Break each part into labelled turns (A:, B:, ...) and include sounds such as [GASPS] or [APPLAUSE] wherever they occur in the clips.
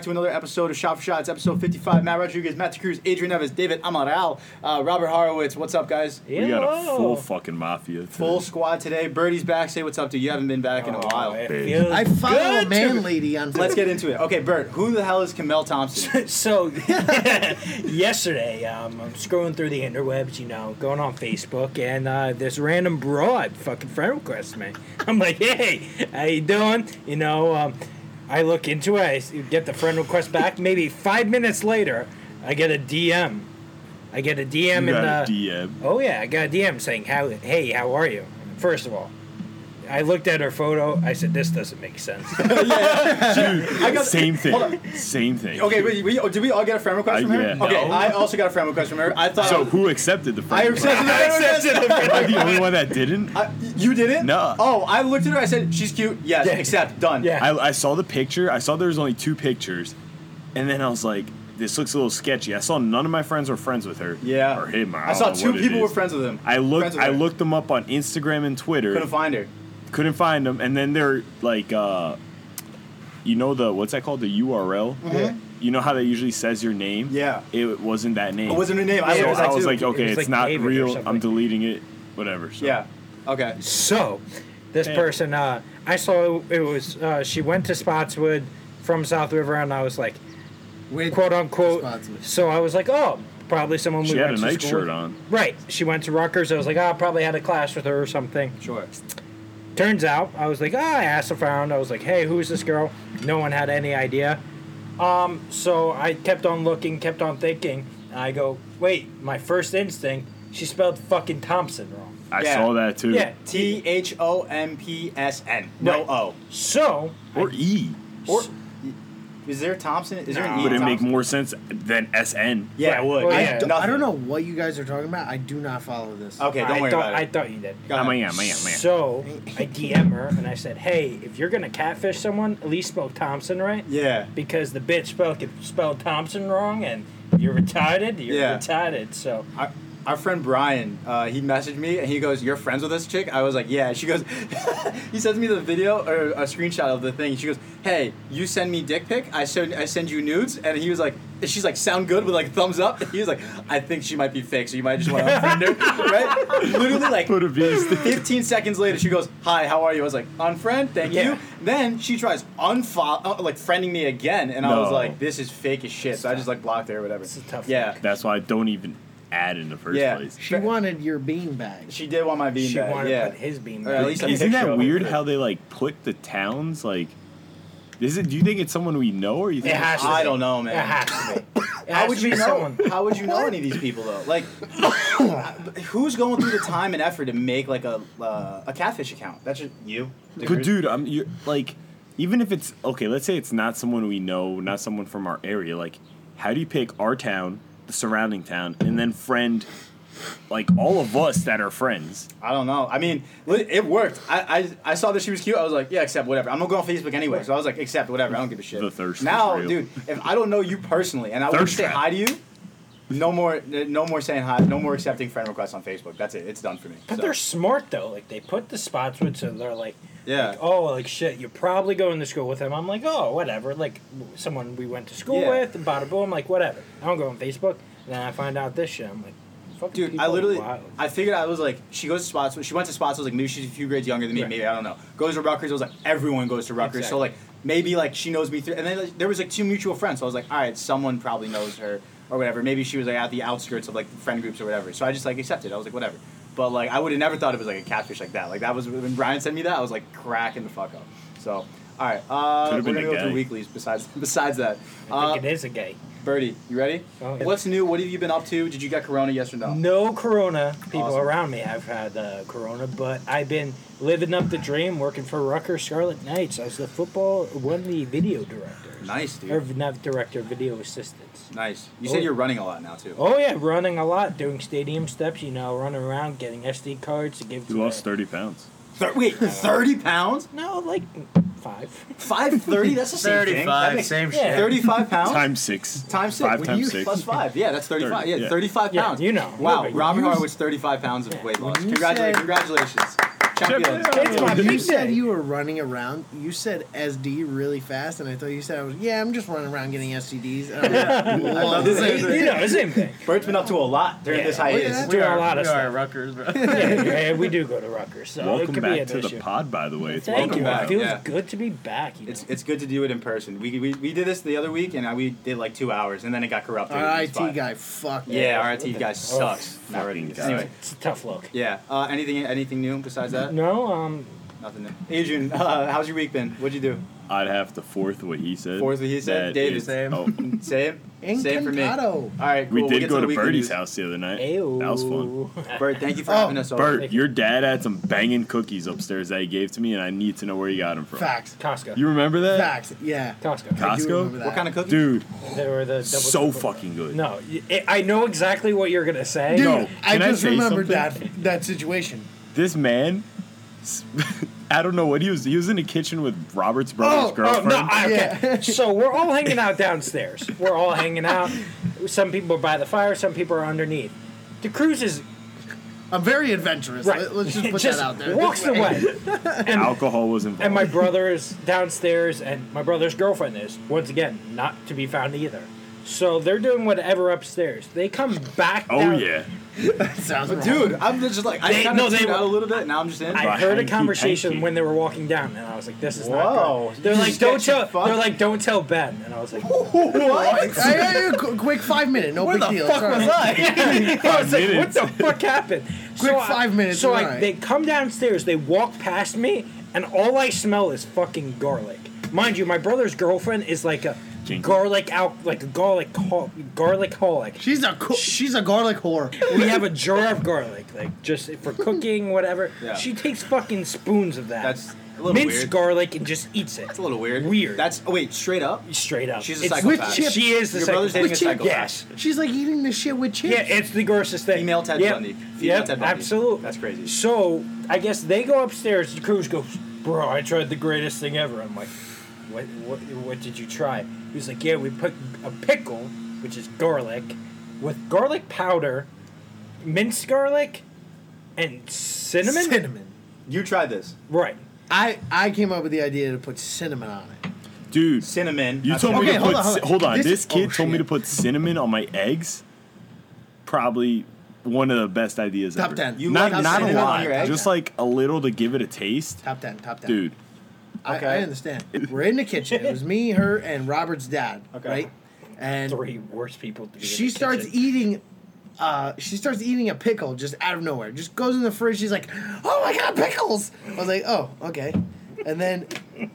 A: to another episode of Shop for Shots, episode 55. Matt Rodriguez, Matt Cruz, Adrian Neves, David Amaral, uh, Robert Horowitz. What's up, guys?
B: We got a full
C: Yo.
B: fucking mafia. Today.
A: Full squad today. Birdie's back. Say what's up to you. You haven't been back in
B: Oh,
A: a while.
C: Oh, It
B: Big.
C: feels
D: I follow
C: good
D: a
C: to
D: man
C: be-
D: lady on.
A: Let's get into it. Okay, Bert, who the hell is Kamel Thompson? [LAUGHS]
C: So [LAUGHS] yesterday, um, I'm scrolling through the interwebs, you know, going on Facebook, and uh, this random broad fucking friend requests me. I'm like, hey, how you doing? You know, um, I look into it, I s- get the friend request back. Maybe five minutes later, I get a DM. I get a DM
B: You
C: in
B: got a
C: the.
B: DM.
C: Oh yeah, I got a DM saying, "How hey, how are you?" First of all, I looked at her photo. I said, "This doesn't make sense."
A: [LAUGHS] I got-
B: Same
A: Hold
B: thing.
A: on.
B: Same thing.
A: Okay, wait, we, oh, did we all get a friend request
B: Uh,
A: from her?
B: yeah.
A: Okay,
B: No.
A: I also got a friend request from her. I thought.
B: So who accepted the
A: I
B: friend?
A: accepted
B: [LAUGHS]
A: the
B: request?
A: friend request. [LAUGHS]
B: Am I the only one that didn't? I,
A: I- you did it?
B: No.
A: Oh, I looked at her. I said, she's cute. Yes,
C: Yeah.
A: accept. Done.
C: Yeah.
B: I saw the picture. I saw there was only two pictures, and then I was like, "This looks a little sketchy." I saw none of my friends were friends with her.
A: Yeah.
B: Or him. I,
A: I saw
B: don't know
A: two
B: what it
A: people were
B: is.
A: friends with him.
B: I
A: Friends
B: looked.
A: with
B: I
A: her.
B: looked them up on Instagram and Twitter.
A: Couldn't find her.
B: couldn't find them and then they're like uh you know the what's that called the url
A: Yeah.
B: you know how that usually says your name
A: Mm-hmm. Yeah. Oh,
B: it wasn't that name
A: It wasn't her name. I
B: so
A: looked at that
B: i was
A: too.
B: like okay
C: was
B: it's
C: like
B: not
C: David or
B: real i'm
C: something.
B: deleting it whatever so.
A: Yeah. Okay.
C: So, this
B: Hey.
C: person, uh, I saw it was uh, she went to Spotswood from South River, and I was like,
D: Wait,
C: quote unquote.
D: Spotswood.
C: So I was like, oh, probably someone
B: she
C: we
B: had a
C: went to
B: night
C: school with.
B: shirt on
C: Right, she went to Rutgers. I was like, oh, I probably had a class with her or something.
A: Sure.
C: Turns out, I was like, ah, I asked around. I was like, hey, who's this girl? No one had any idea. Um, so I kept on looking, kept on thinking. And I go, wait, my first instinct, she spelled fucking Thompson wrong.
B: i
A: Yeah.
B: saw that too
C: Yeah.
A: T H O M P S N. No
C: Right.
A: O.
C: So
B: or e
A: Or is there a Thompson? Is there an E?
B: would it
A: in
B: make
A: Thompson?
B: more sense than sn
A: Yeah, it would.
C: Well,
D: I
C: yeah.
D: don't- I
A: Nothing.
D: don't know what you guys are talking about. I do not follow this.
A: Okay, don't
C: I
A: worry
C: thought,
A: about
C: I
A: it.
C: thought you did.
A: Go
B: I'm a,
A: ahead.
B: I'm a, I'm a.
C: So I DM her and I said, "Hey, if you're gonna catfish someone, at least spell Thompson right,
A: Yeah.
C: because the bitch spelled spelled Thompson wrong, and you're retarded. You're
A: Yeah.
C: retarded. So
A: Our, our friend Brian, uh, he messaged me and he goes, "You're friends with this chick?" I was like, "Yeah." She goes, [LAUGHS] he sends me the video or a screenshot of the thing. She goes, "Hey, you send me dick pic. I send I send you nudes." And he was like, "She's like, sound good with like thumbs up." He was like, "I think she might be fake, so you might
C: [LAUGHS]
A: just want to unfriend her, right?" Literally like
B: Put a beast.
A: 15 seconds later, she goes, "Hi, how are you?" I was like, "Unfriend, thank
C: Yeah.
A: you." Then she tries unfollow, uh, like friending me again, and I was
B: No.
A: like, "This is fake as shit." So I just like blocked her or whatever.
C: It's a tough
A: yeah.
B: [LAUGHS] that's why i don't even add in the first
A: Yeah.
B: place
D: She wanted your beanbag.
A: She did want my beanbag.
C: she wanted
A: yeah.
C: to put his beam.
A: Or at
C: back.
A: least a
B: [LAUGHS] isn't
A: picture
B: that
A: of
B: weird
A: it.
B: how they like put the towns like is it do you think it's someone we know or you think
C: It
B: it's
C: has to
A: I
C: be.
A: don't know,
C: It
A: man.
C: has to be. It
A: [LAUGHS] How
C: has
A: would
C: to be
A: you know?
C: someone.
A: [LAUGHS] How would you know any of these people though?
C: [LAUGHS]
A: Like, who's going through the time and effort to make like a uh, a catfish account? That's just you.
B: But dude, I'm you're, like, even if it's okay, let's say it's not someone we know, not someone from our area. Like, how do you pick our town, the surrounding town, and then friend, like all of us that are friends?
A: I don't know. I mean, li- it worked. I, I I saw that she was cute. I was like, yeah, accept whatever. I'm gonna go on Facebook anyway. So I was like, accept whatever. I don't give a shit.
B: The thirst is
A: Now,
B: real.
A: dude, if I don't know you personally and I wouldn't
B: Thirst
A: say
B: trap.
A: hi to you, no more, no more saying hi. No more accepting friend requests on Facebook. That's it. It's done for me.
C: But
A: So,
C: they're smart though. Like they put the Spotswood, so they're like,
A: Yeah.
C: like, oh, like shit. You're probably going to school with him. I'm like, oh, whatever. Like w- someone we went to school
A: Yeah.
C: with, and bada boom. Like whatever. I don't go on Facebook. And then I find out this shit. I'm like, fucking
A: Dude,
C: people
A: I
C: are
A: literally,
C: wild.
A: I figured I was like, she goes to spots. She went to spots. I was like, maybe she's a few grades younger than me.
C: Right.
A: Maybe I don't know. Goes to Rutgers. I was like, everyone goes to Rutgers. So
C: Exactly.
A: like, maybe like she knows me through. And then like, there was like two mutual friends. So I was like, all right, someone probably knows her or whatever. Maybe she was like at the outskirts of like friend groups or whatever. So I just like accepted. I was like, whatever. But like, I would have never thought it was like a catfish like that. Like that was when Brian sent me that. I was like cracking the fuck up. So all right, uh, we're
B: Could've been
A: gonna
B: a
A: go
B: guy.
A: through weeklies. Besides [LAUGHS] besides that,
C: I
A: uh,
C: think it is a gay.
A: Birdie, you ready?
C: Oh, yeah.
A: What's new? What have you been up to? Did you get Corona? Yes or no?
C: No corona. People
A: Awesome.
C: around me have had uh, corona, but I've been living up the dream, working for Rutgers Scarlet Knights as the football one of the video directors.
A: Nice, dude.
C: Or not director, video assistants.
A: Nice. You
C: Oh.
A: said you're running a lot now too.
C: Oh yeah, running a lot, doing stadium steps. You know, running around, getting SD cards to give.
B: You
C: to
B: lost
C: the-
B: thirty pounds.
A: Thir- wait, thirty pounds?
C: No, like five.
A: Five thirty? That's the same thing. That makes-
D: same
C: Yeah.
A: Thirty-five pounds.
B: Times six.
A: Times six.
B: Five
A: Well,
B: times
A: you-
B: six.
A: Plus five. Yeah, that's thirty-five.
B: Thirty,
A: yeah,
B: yeah.
A: thirty-five
C: Yeah,
A: pounds.
C: you know.
A: Wow,
C: Moving.
A: Robert
D: You-
A: Horowitz, thirty-five pounds of weight loss.
D: When you
A: Congratulations!
D: say-
A: Congratulations. Champions.
C: It's my
D: You
C: big
D: said
C: day.
D: you were running around. You said SD really fast, and I thought you said I was. Yeah, I'm just running around getting STDs. And I was like,
A: I love this answer.
C: you know, same thing.
A: Bert's been up to a lot during
C: Yeah.
A: this
D: Look at
A: hiatus.
D: that.
C: We do a lot of
E: we
C: stuff.
E: are Rutgers, [LAUGHS] bro.
C: Yeah, yeah, we do go to Rutgers, so it
B: Welcome
C: could be
B: back
C: an
B: to
C: issue.
B: the pod, by the way. It's
C: Thank
B: been a
C: you.
A: back,
C: It feels
A: yeah.
C: good to be back. You know?
A: It's, it's good to do it in person. We, we, we did this the other week and I, we did like two hours and then it got corrupted.
D: [LAUGHS] Our
A: It was
D: IT
A: fine.
D: guy, fuck.
A: Yeah, our
C: What
A: IT
C: the-
A: guy
C: oh,
A: sucks. Not really.
B: fucking guy.
A: Anyway,
C: it's a tough look.
A: yeah. Uh, anything anything new besides that?
C: No, um,
A: Nothing new. Adrian, [LAUGHS] uh, how's your week been? What'd you do?
B: I'd have to fourth what he said.
A: Fourth what he said?
B: That
A: David.
B: is-
A: [LAUGHS]
E: Same.
B: oh,
A: Same. Same for me. All
D: Incantato.
A: right, cool.
B: we
A: We'll
B: did
A: get
B: go
A: the
B: to
A: weekly
B: Birdie's
A: news.
B: house the other night.
C: Ayo.
B: That was fun.
A: Bert, thank you for
D: Oh,
A: having us over.
B: Bert, your dad had some banging cookies upstairs that he gave to me, and I need to know where he got them from.
D: Facts.
C: Costco.
B: You remember that?
D: Facts. Yeah.
C: Costco.
D: I do
B: Costco?
D: remember that.
A: What kind of cookies?
B: Dude,
C: They were the double
B: so
C: triple.
B: fucking good.
C: No, y- I know exactly what you're gonna say.
D: Dude,
B: No.
D: I
B: Can I
D: just
B: say
D: remembered
B: something?
D: that that situation.
B: This man, s- [LAUGHS] I don't know what he was. He was in the kitchen with Robert's
C: Oh,
B: brother's
C: oh,
B: girlfriend.
C: no, I, okay. [LAUGHS]
D: Yeah.
C: so we're all hanging out downstairs. We're all hanging out. Some people are by the fire. Some people are underneath. The cruise is
D: I'm very adventurous.
C: right.
D: Let-
C: [LAUGHS]
D: Let's just put that out there.
C: Walks
D: This way. [LAUGHS]
C: away,
B: Alcohol was involved.
C: and my brother is downstairs, and my brother's girlfriend is once again not to be found either. So they're doing whatever upstairs. They come back.
B: oh,
C: down-
B: yeah.
D: Sounds wrong.
A: Dude, I'm just like, I
C: They-
A: kind
C: no,
A: of
C: they
A: tuned out
C: were-
A: a little bit. Now I'm just in.
C: I
B: Right.
C: heard a
B: Thank you,
C: conversation
B: thank you.
C: when they were walking down, and I was like, "This is
A: Whoa.
C: not good." They're
A: You
C: like,
A: just
C: "Don't
A: get your
C: tell."
A: fuck-
C: They're like, "Don't tell Ben," and I was like,
D: What? I, I, qu- quick five minute, no
E: Where
D: big
E: the
D: deal.
E: fuck
D: Sorry.
E: was I?
C: I [LAUGHS] was like, "What
B: minutes.
C: the fuck happened?"
D: Quick five minutes,
C: So
D: you're
C: I,
D: right.
C: they come downstairs, they walk past me, and all I smell is fucking garlic. Mind you, my brother's girlfriend is like a
B: Jinky.
C: garlic out, like a garlic hol- garlic holic.
D: She's a co- she's a garlic whore.
C: We have a jar of garlic, like just for cooking, whatever.
A: Yeah.
C: She takes fucking spoons of that.
A: That's a little
C: minced
A: weird.
C: garlic and just eats it.
A: That's a little weird.
C: Weird.
A: That's, oh, wait, straight up?
C: straight up.
A: She's a
C: It's-
A: psychopath.
D: with chip-
C: She is the
A: Your brother's
C: psychopath.
A: dating a
D: With chip-
A: psychopath.
C: Yes.
D: She's like eating this shit with chips.
C: Yeah, it's the grossest thing.
A: Female Ted
C: Yep.
A: Bundy. Female
C: Yep,
A: Ted Bundy.
C: absolutely.
A: That's crazy.
C: So I guess they go upstairs. The cruise goes, bro. I tried the greatest thing ever. I'm like, what? What, what did you try? He was like, yeah, we put a pickle, which is garlic, with garlic powder, minced garlic, and cinnamon.
D: cinnamon.
A: You tried this.
C: Right.
D: I I came up with the idea to put cinnamon on it.
B: Dude,
A: Cinnamon.
B: you
A: That's
B: told me
A: okay.
B: to
D: Okay, hold
B: put.
D: on, hold
B: ci-
D: on.
B: Hold on.
D: This-
B: This,
D: oh,
B: kid told me
D: shit.
B: to put cinnamon on my eggs. Probably one of the best ideas
D: Top
B: ever.
D: 10. You
B: not
A: like
B: not a
A: cinnamon on
B: lot.
A: your eggs?
B: Just like a little to give it a taste.
D: Top ten, top ten.
B: Dude,
D: I,
A: Okay.
D: I understand. We're in the kitchen. It was me, her, and Robert's dad.
A: Okay.
D: Right. And
C: Three worst people. To be in
D: she
C: the
D: starts
C: kitchen.
D: eating uh, she starts eating a pickle just out of nowhere. Just goes in the fridge. She's like, "Oh my god, pickles!" I was like, "Oh, okay." And then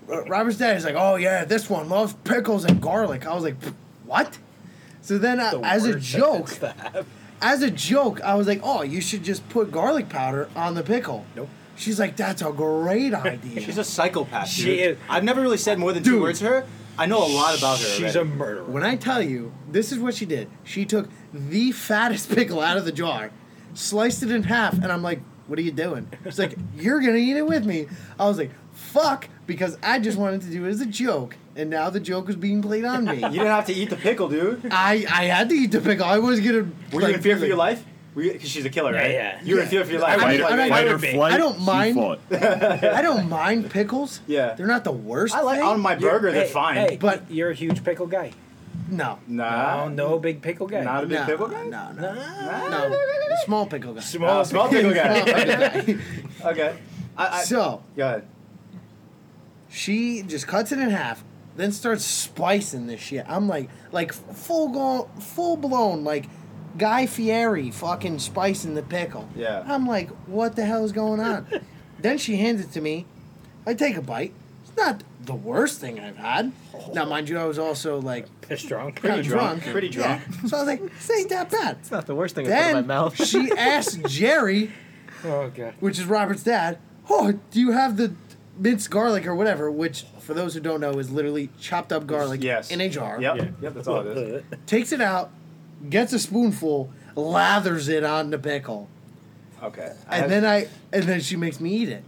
D: uh, Robert's dad is like, "Oh yeah, this one loves pickles and garlic." I was like, "What?" So then, I,
C: The
D: as a
C: worst
D: joke,
C: sentence [LAUGHS] to have.
D: as a joke, I was like, "Oh, you should just put garlic powder on the pickle."
C: Nope.
D: She's like, "That's a
C: [LAUGHS]
D: great idea."
A: She's a psychopath.
C: She
A: dude.
C: is-
A: I've never really said more than two
D: Dude.
A: words to her. I know a lot about her.
C: She's a
A: already.
C: murderer.
D: When I tell you, this is what she did. She took the fattest [LAUGHS] pickle out of the jar, sliced it in half, and I'm like, what are you doing? She's like, you're going to eat it with me. I was like, fuck, because I just wanted to do it as a joke, and now the joke is being played on me.
A: [LAUGHS] You didn't have to eat the pickle, dude. Were
D: I, I had to eat the pickle. I was going to.
A: you in fear for your life? Because she's a killer,
C: Yeah,
A: right?
C: yeah.
A: You were in fear for your life.
D: I
B: fight,
D: mean,
B: or-
D: I mean, I
B: fight or
C: would be-
B: flight.
D: I don't
B: she
D: mind.
B: fought.
D: I don't mind pickles.
A: Yeah.
D: They're not the worst.
A: I like
D: thing.
A: on my
C: You're-
A: burger. They're
C: hey,
A: fine.
C: hey,
D: But-
C: you're a huge pickle guy.
D: No.
A: Nah,
C: No, no big pickle guy.
A: not a big
D: no,
A: pickle guy.
D: No, no.
A: Nah.
D: No. The small pickle guy. [LAUGHS] Small
A: Oh, small pickle guy.
D: pickle
A: [LAUGHS]
D: guy.
A: okay. I, I,
D: so.
A: go ahead.
D: She just cuts it in half, then starts splicing this shit. I'm like, like full go, full blown, like Guy Fieri fucking spicing the pickle.
A: Yeah.
D: I'm like, what the hell is going
E: [LAUGHS]
D: on? then she hands it to me. I take a bite. It's not the worst thing I've had.
E: Oh.
D: Now, mind you, I was also like
C: Pissed drunk. [LAUGHS]
D: kind of drunk.
A: Pretty drunk.
D: Yeah. So I was like, this ain't that bad.
E: It's not the worst thing I put
D: Then
E: in my
D: [LAUGHS]
E: mouth. [LAUGHS]
D: she asked Jerry
C: Oh god.
D: which is Robert's dad. Oh, do you have the minced garlic or whatever? Which, for those who don't know, is literally chopped up garlic
A: Yes.
D: in a jar.
A: Yep. Yep. That's all it
D: [LAUGHS]
A: is.
D: Takes it out, gets a spoonful, lathers it on the pickle,
A: Okay. I
D: and
A: have-
D: then I and then she makes me eat it.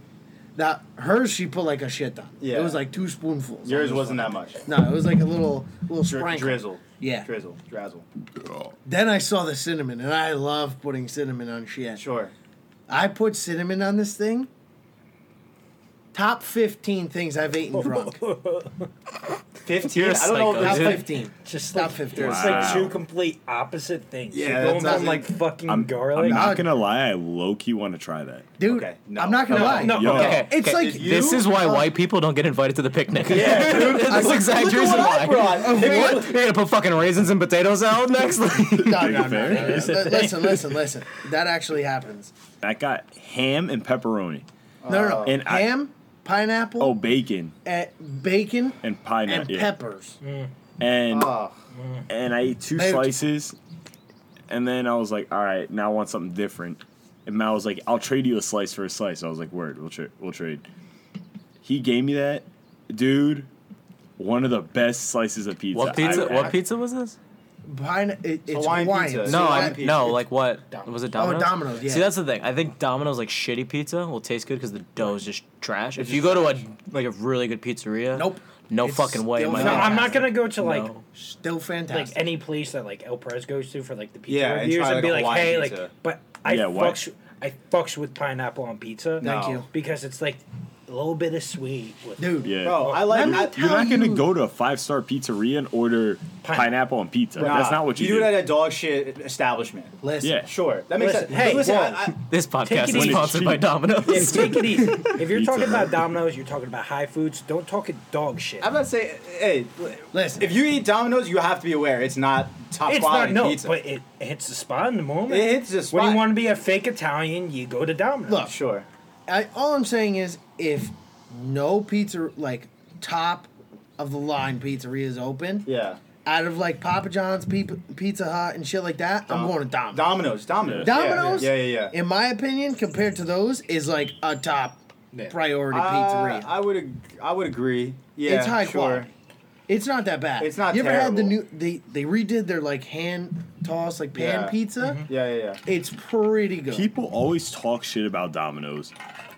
D: Now hers, she put like a shit ton.
A: Yeah.
D: It was like two spoonfuls.
A: yours
D: on this
A: wasn't that
D: one.
A: much.
D: No, it was like a little little
A: Dri-
D: sprinkle.
A: drizzle.
D: Yeah.
A: Drizzle. Drazzle.
D: Then I saw the cinnamon, and I love putting cinnamon on shit.
A: Sure.
D: I put cinnamon on this thing. Top 15 things I've
A: [LAUGHS]
D: eaten drunk.
A: Fifteen.
B: You're a
A: I don't know.
B: psycho.
D: Top
A: If there's-
D: 15.
C: [LAUGHS] Just
D: Top
C: like,
D: 15.
C: It's
B: Wow.
C: like two complete opposite things.
A: Yeah,
C: You're going
A: that's
C: from
A: not-
C: like fucking
B: I'm,
C: garlic.
B: I'm not
D: Not-
B: gonna lie, I low key want to try that.
D: Dude,
A: Okay, no,
D: I'm not going to
A: no,
D: lie.
C: no,
B: Yo.
E: Okay,
A: It's
E: okay,
A: like
E: this
A: you-
E: is why
A: uh,
E: white people don't get invited to the picnic.
A: Yeah,
E: [LAUGHS]
A: dude.
E: That's the exact
A: Look at
D: Oh
E: reason
A: what I
E: why.
A: brought.
E: [LAUGHS] What? You're gonna put fucking raisins and potatoes
A: [LAUGHS]
E: out next? [LAUGHS]
D: No,
B: Big
D: no, no,
B: affair.
D: no, no. Li- Listen, listen, listen. That actually happens.
B: I got ham and pepperoni.
D: No, no, no.
B: And Oh. I-
D: Ham, pineapple,
B: Oh, bacon
D: eh, bacon,
B: and pine nut,
D: and
B: yeah.
D: peppers.
A: Mm.
B: And
A: Oh,
B: and I ate two
D: They-
B: slices, and then I was like, all right, now I want something different. And Mal was like, I'll trade you a slice for a slice. I was like, word, we'll trade. We'll trade. He gave me that, dude. One of the best slices of pizza.
E: what pizza?
B: I've
E: What
B: had.
E: pizza was this?
D: Pine, it, it's
A: Hawaiian
D: Hawaiian.
A: pizza.
E: No,
A: So
E: I,
A: that-
E: no, like what? Was it
D: Oh,
E: Domino's?
D: Domino's, yeah.
E: See, that's the thing. I think Domino's like shitty pizza will taste good because the dough is just trash. if
A: It's
E: you
A: just
E: go to a like a really good pizzeria,
D: Nope.
E: no
D: It's
E: fucking way.
D: still
E: am I
C: no,
D: not-
E: gonna-
C: I'm not gonna go to like
E: No.
D: Still
C: like
D: fantastic.
C: any place that like El Perez goes to for like the pizza
A: Yeah, and
C: reviews
A: try,
C: and,
A: like,
C: be
A: a
C: like,
A: Hawaiian
C: hey,
A: pizza.
C: like, but I
B: Yeah, why-
C: fucks, I fucks with pineapple on pizza.
D: Thank
A: No.
D: you.
C: because it's like a little bit of sweet with
D: Dude,
B: Yeah.
A: bro, I like.
D: Let me
A: I-
D: tell
B: You're not gonna
D: you-
B: go to a five star pizzeria and order pineapple on pizza.
A: nah,
B: That's not what you,
A: do. it at a dog shit establishment.
D: listen.
B: Yeah.
A: Sure, that makes
C: Listen,
A: sense.
C: hey,
A: But listen,
C: whoa.
A: I, I,
E: This podcast
C: it
E: is
C: easy.
E: sponsored by Domino's. [LAUGHS]
C: Yeah, take it easy. If you're
B: Pizza
C: talking
B: Hut.
C: about Domino's, you're talking about high foods. Don't talk it dog shit.
A: I'm not saying. Hey,
D: Listen.
A: If you eat Domino's, you have to be aware it's not top
C: it's
A: quality
C: not no,
A: pizza.
C: but it hits the spot in the moment.
A: It hits the
C: When
A: spot.
C: you want to be a fake Italian, you go to Domino's.
A: [LAUGHS]
D: Look.
A: sure.
D: I, all I'm saying is, if no pizza, like top of the line pizzeria is open,
A: Yeah.
D: out of like Papa John's, Peep- Pizza Hut, and shit like that, I'm going to Domino's.
A: Domino's. Domino's. Yeah.
D: Domino's,
A: Yeah, yeah, yeah.
D: in my opinion, compared to those, is like a top
C: Yeah.
D: priority
A: Uh,
D: pizzeria.
A: I would. ag- I would agree. Yeah.
D: it's high
A: sure.
D: quality. It's not that bad.
A: It's not
D: You ever had the
A: terrible.
D: new? They they redid their like hand toss like pan
A: Yeah. Mm-hmm.
D: pizza.
A: Yeah, yeah, yeah.
D: It's pretty good.
B: People always talk shit about Domino's,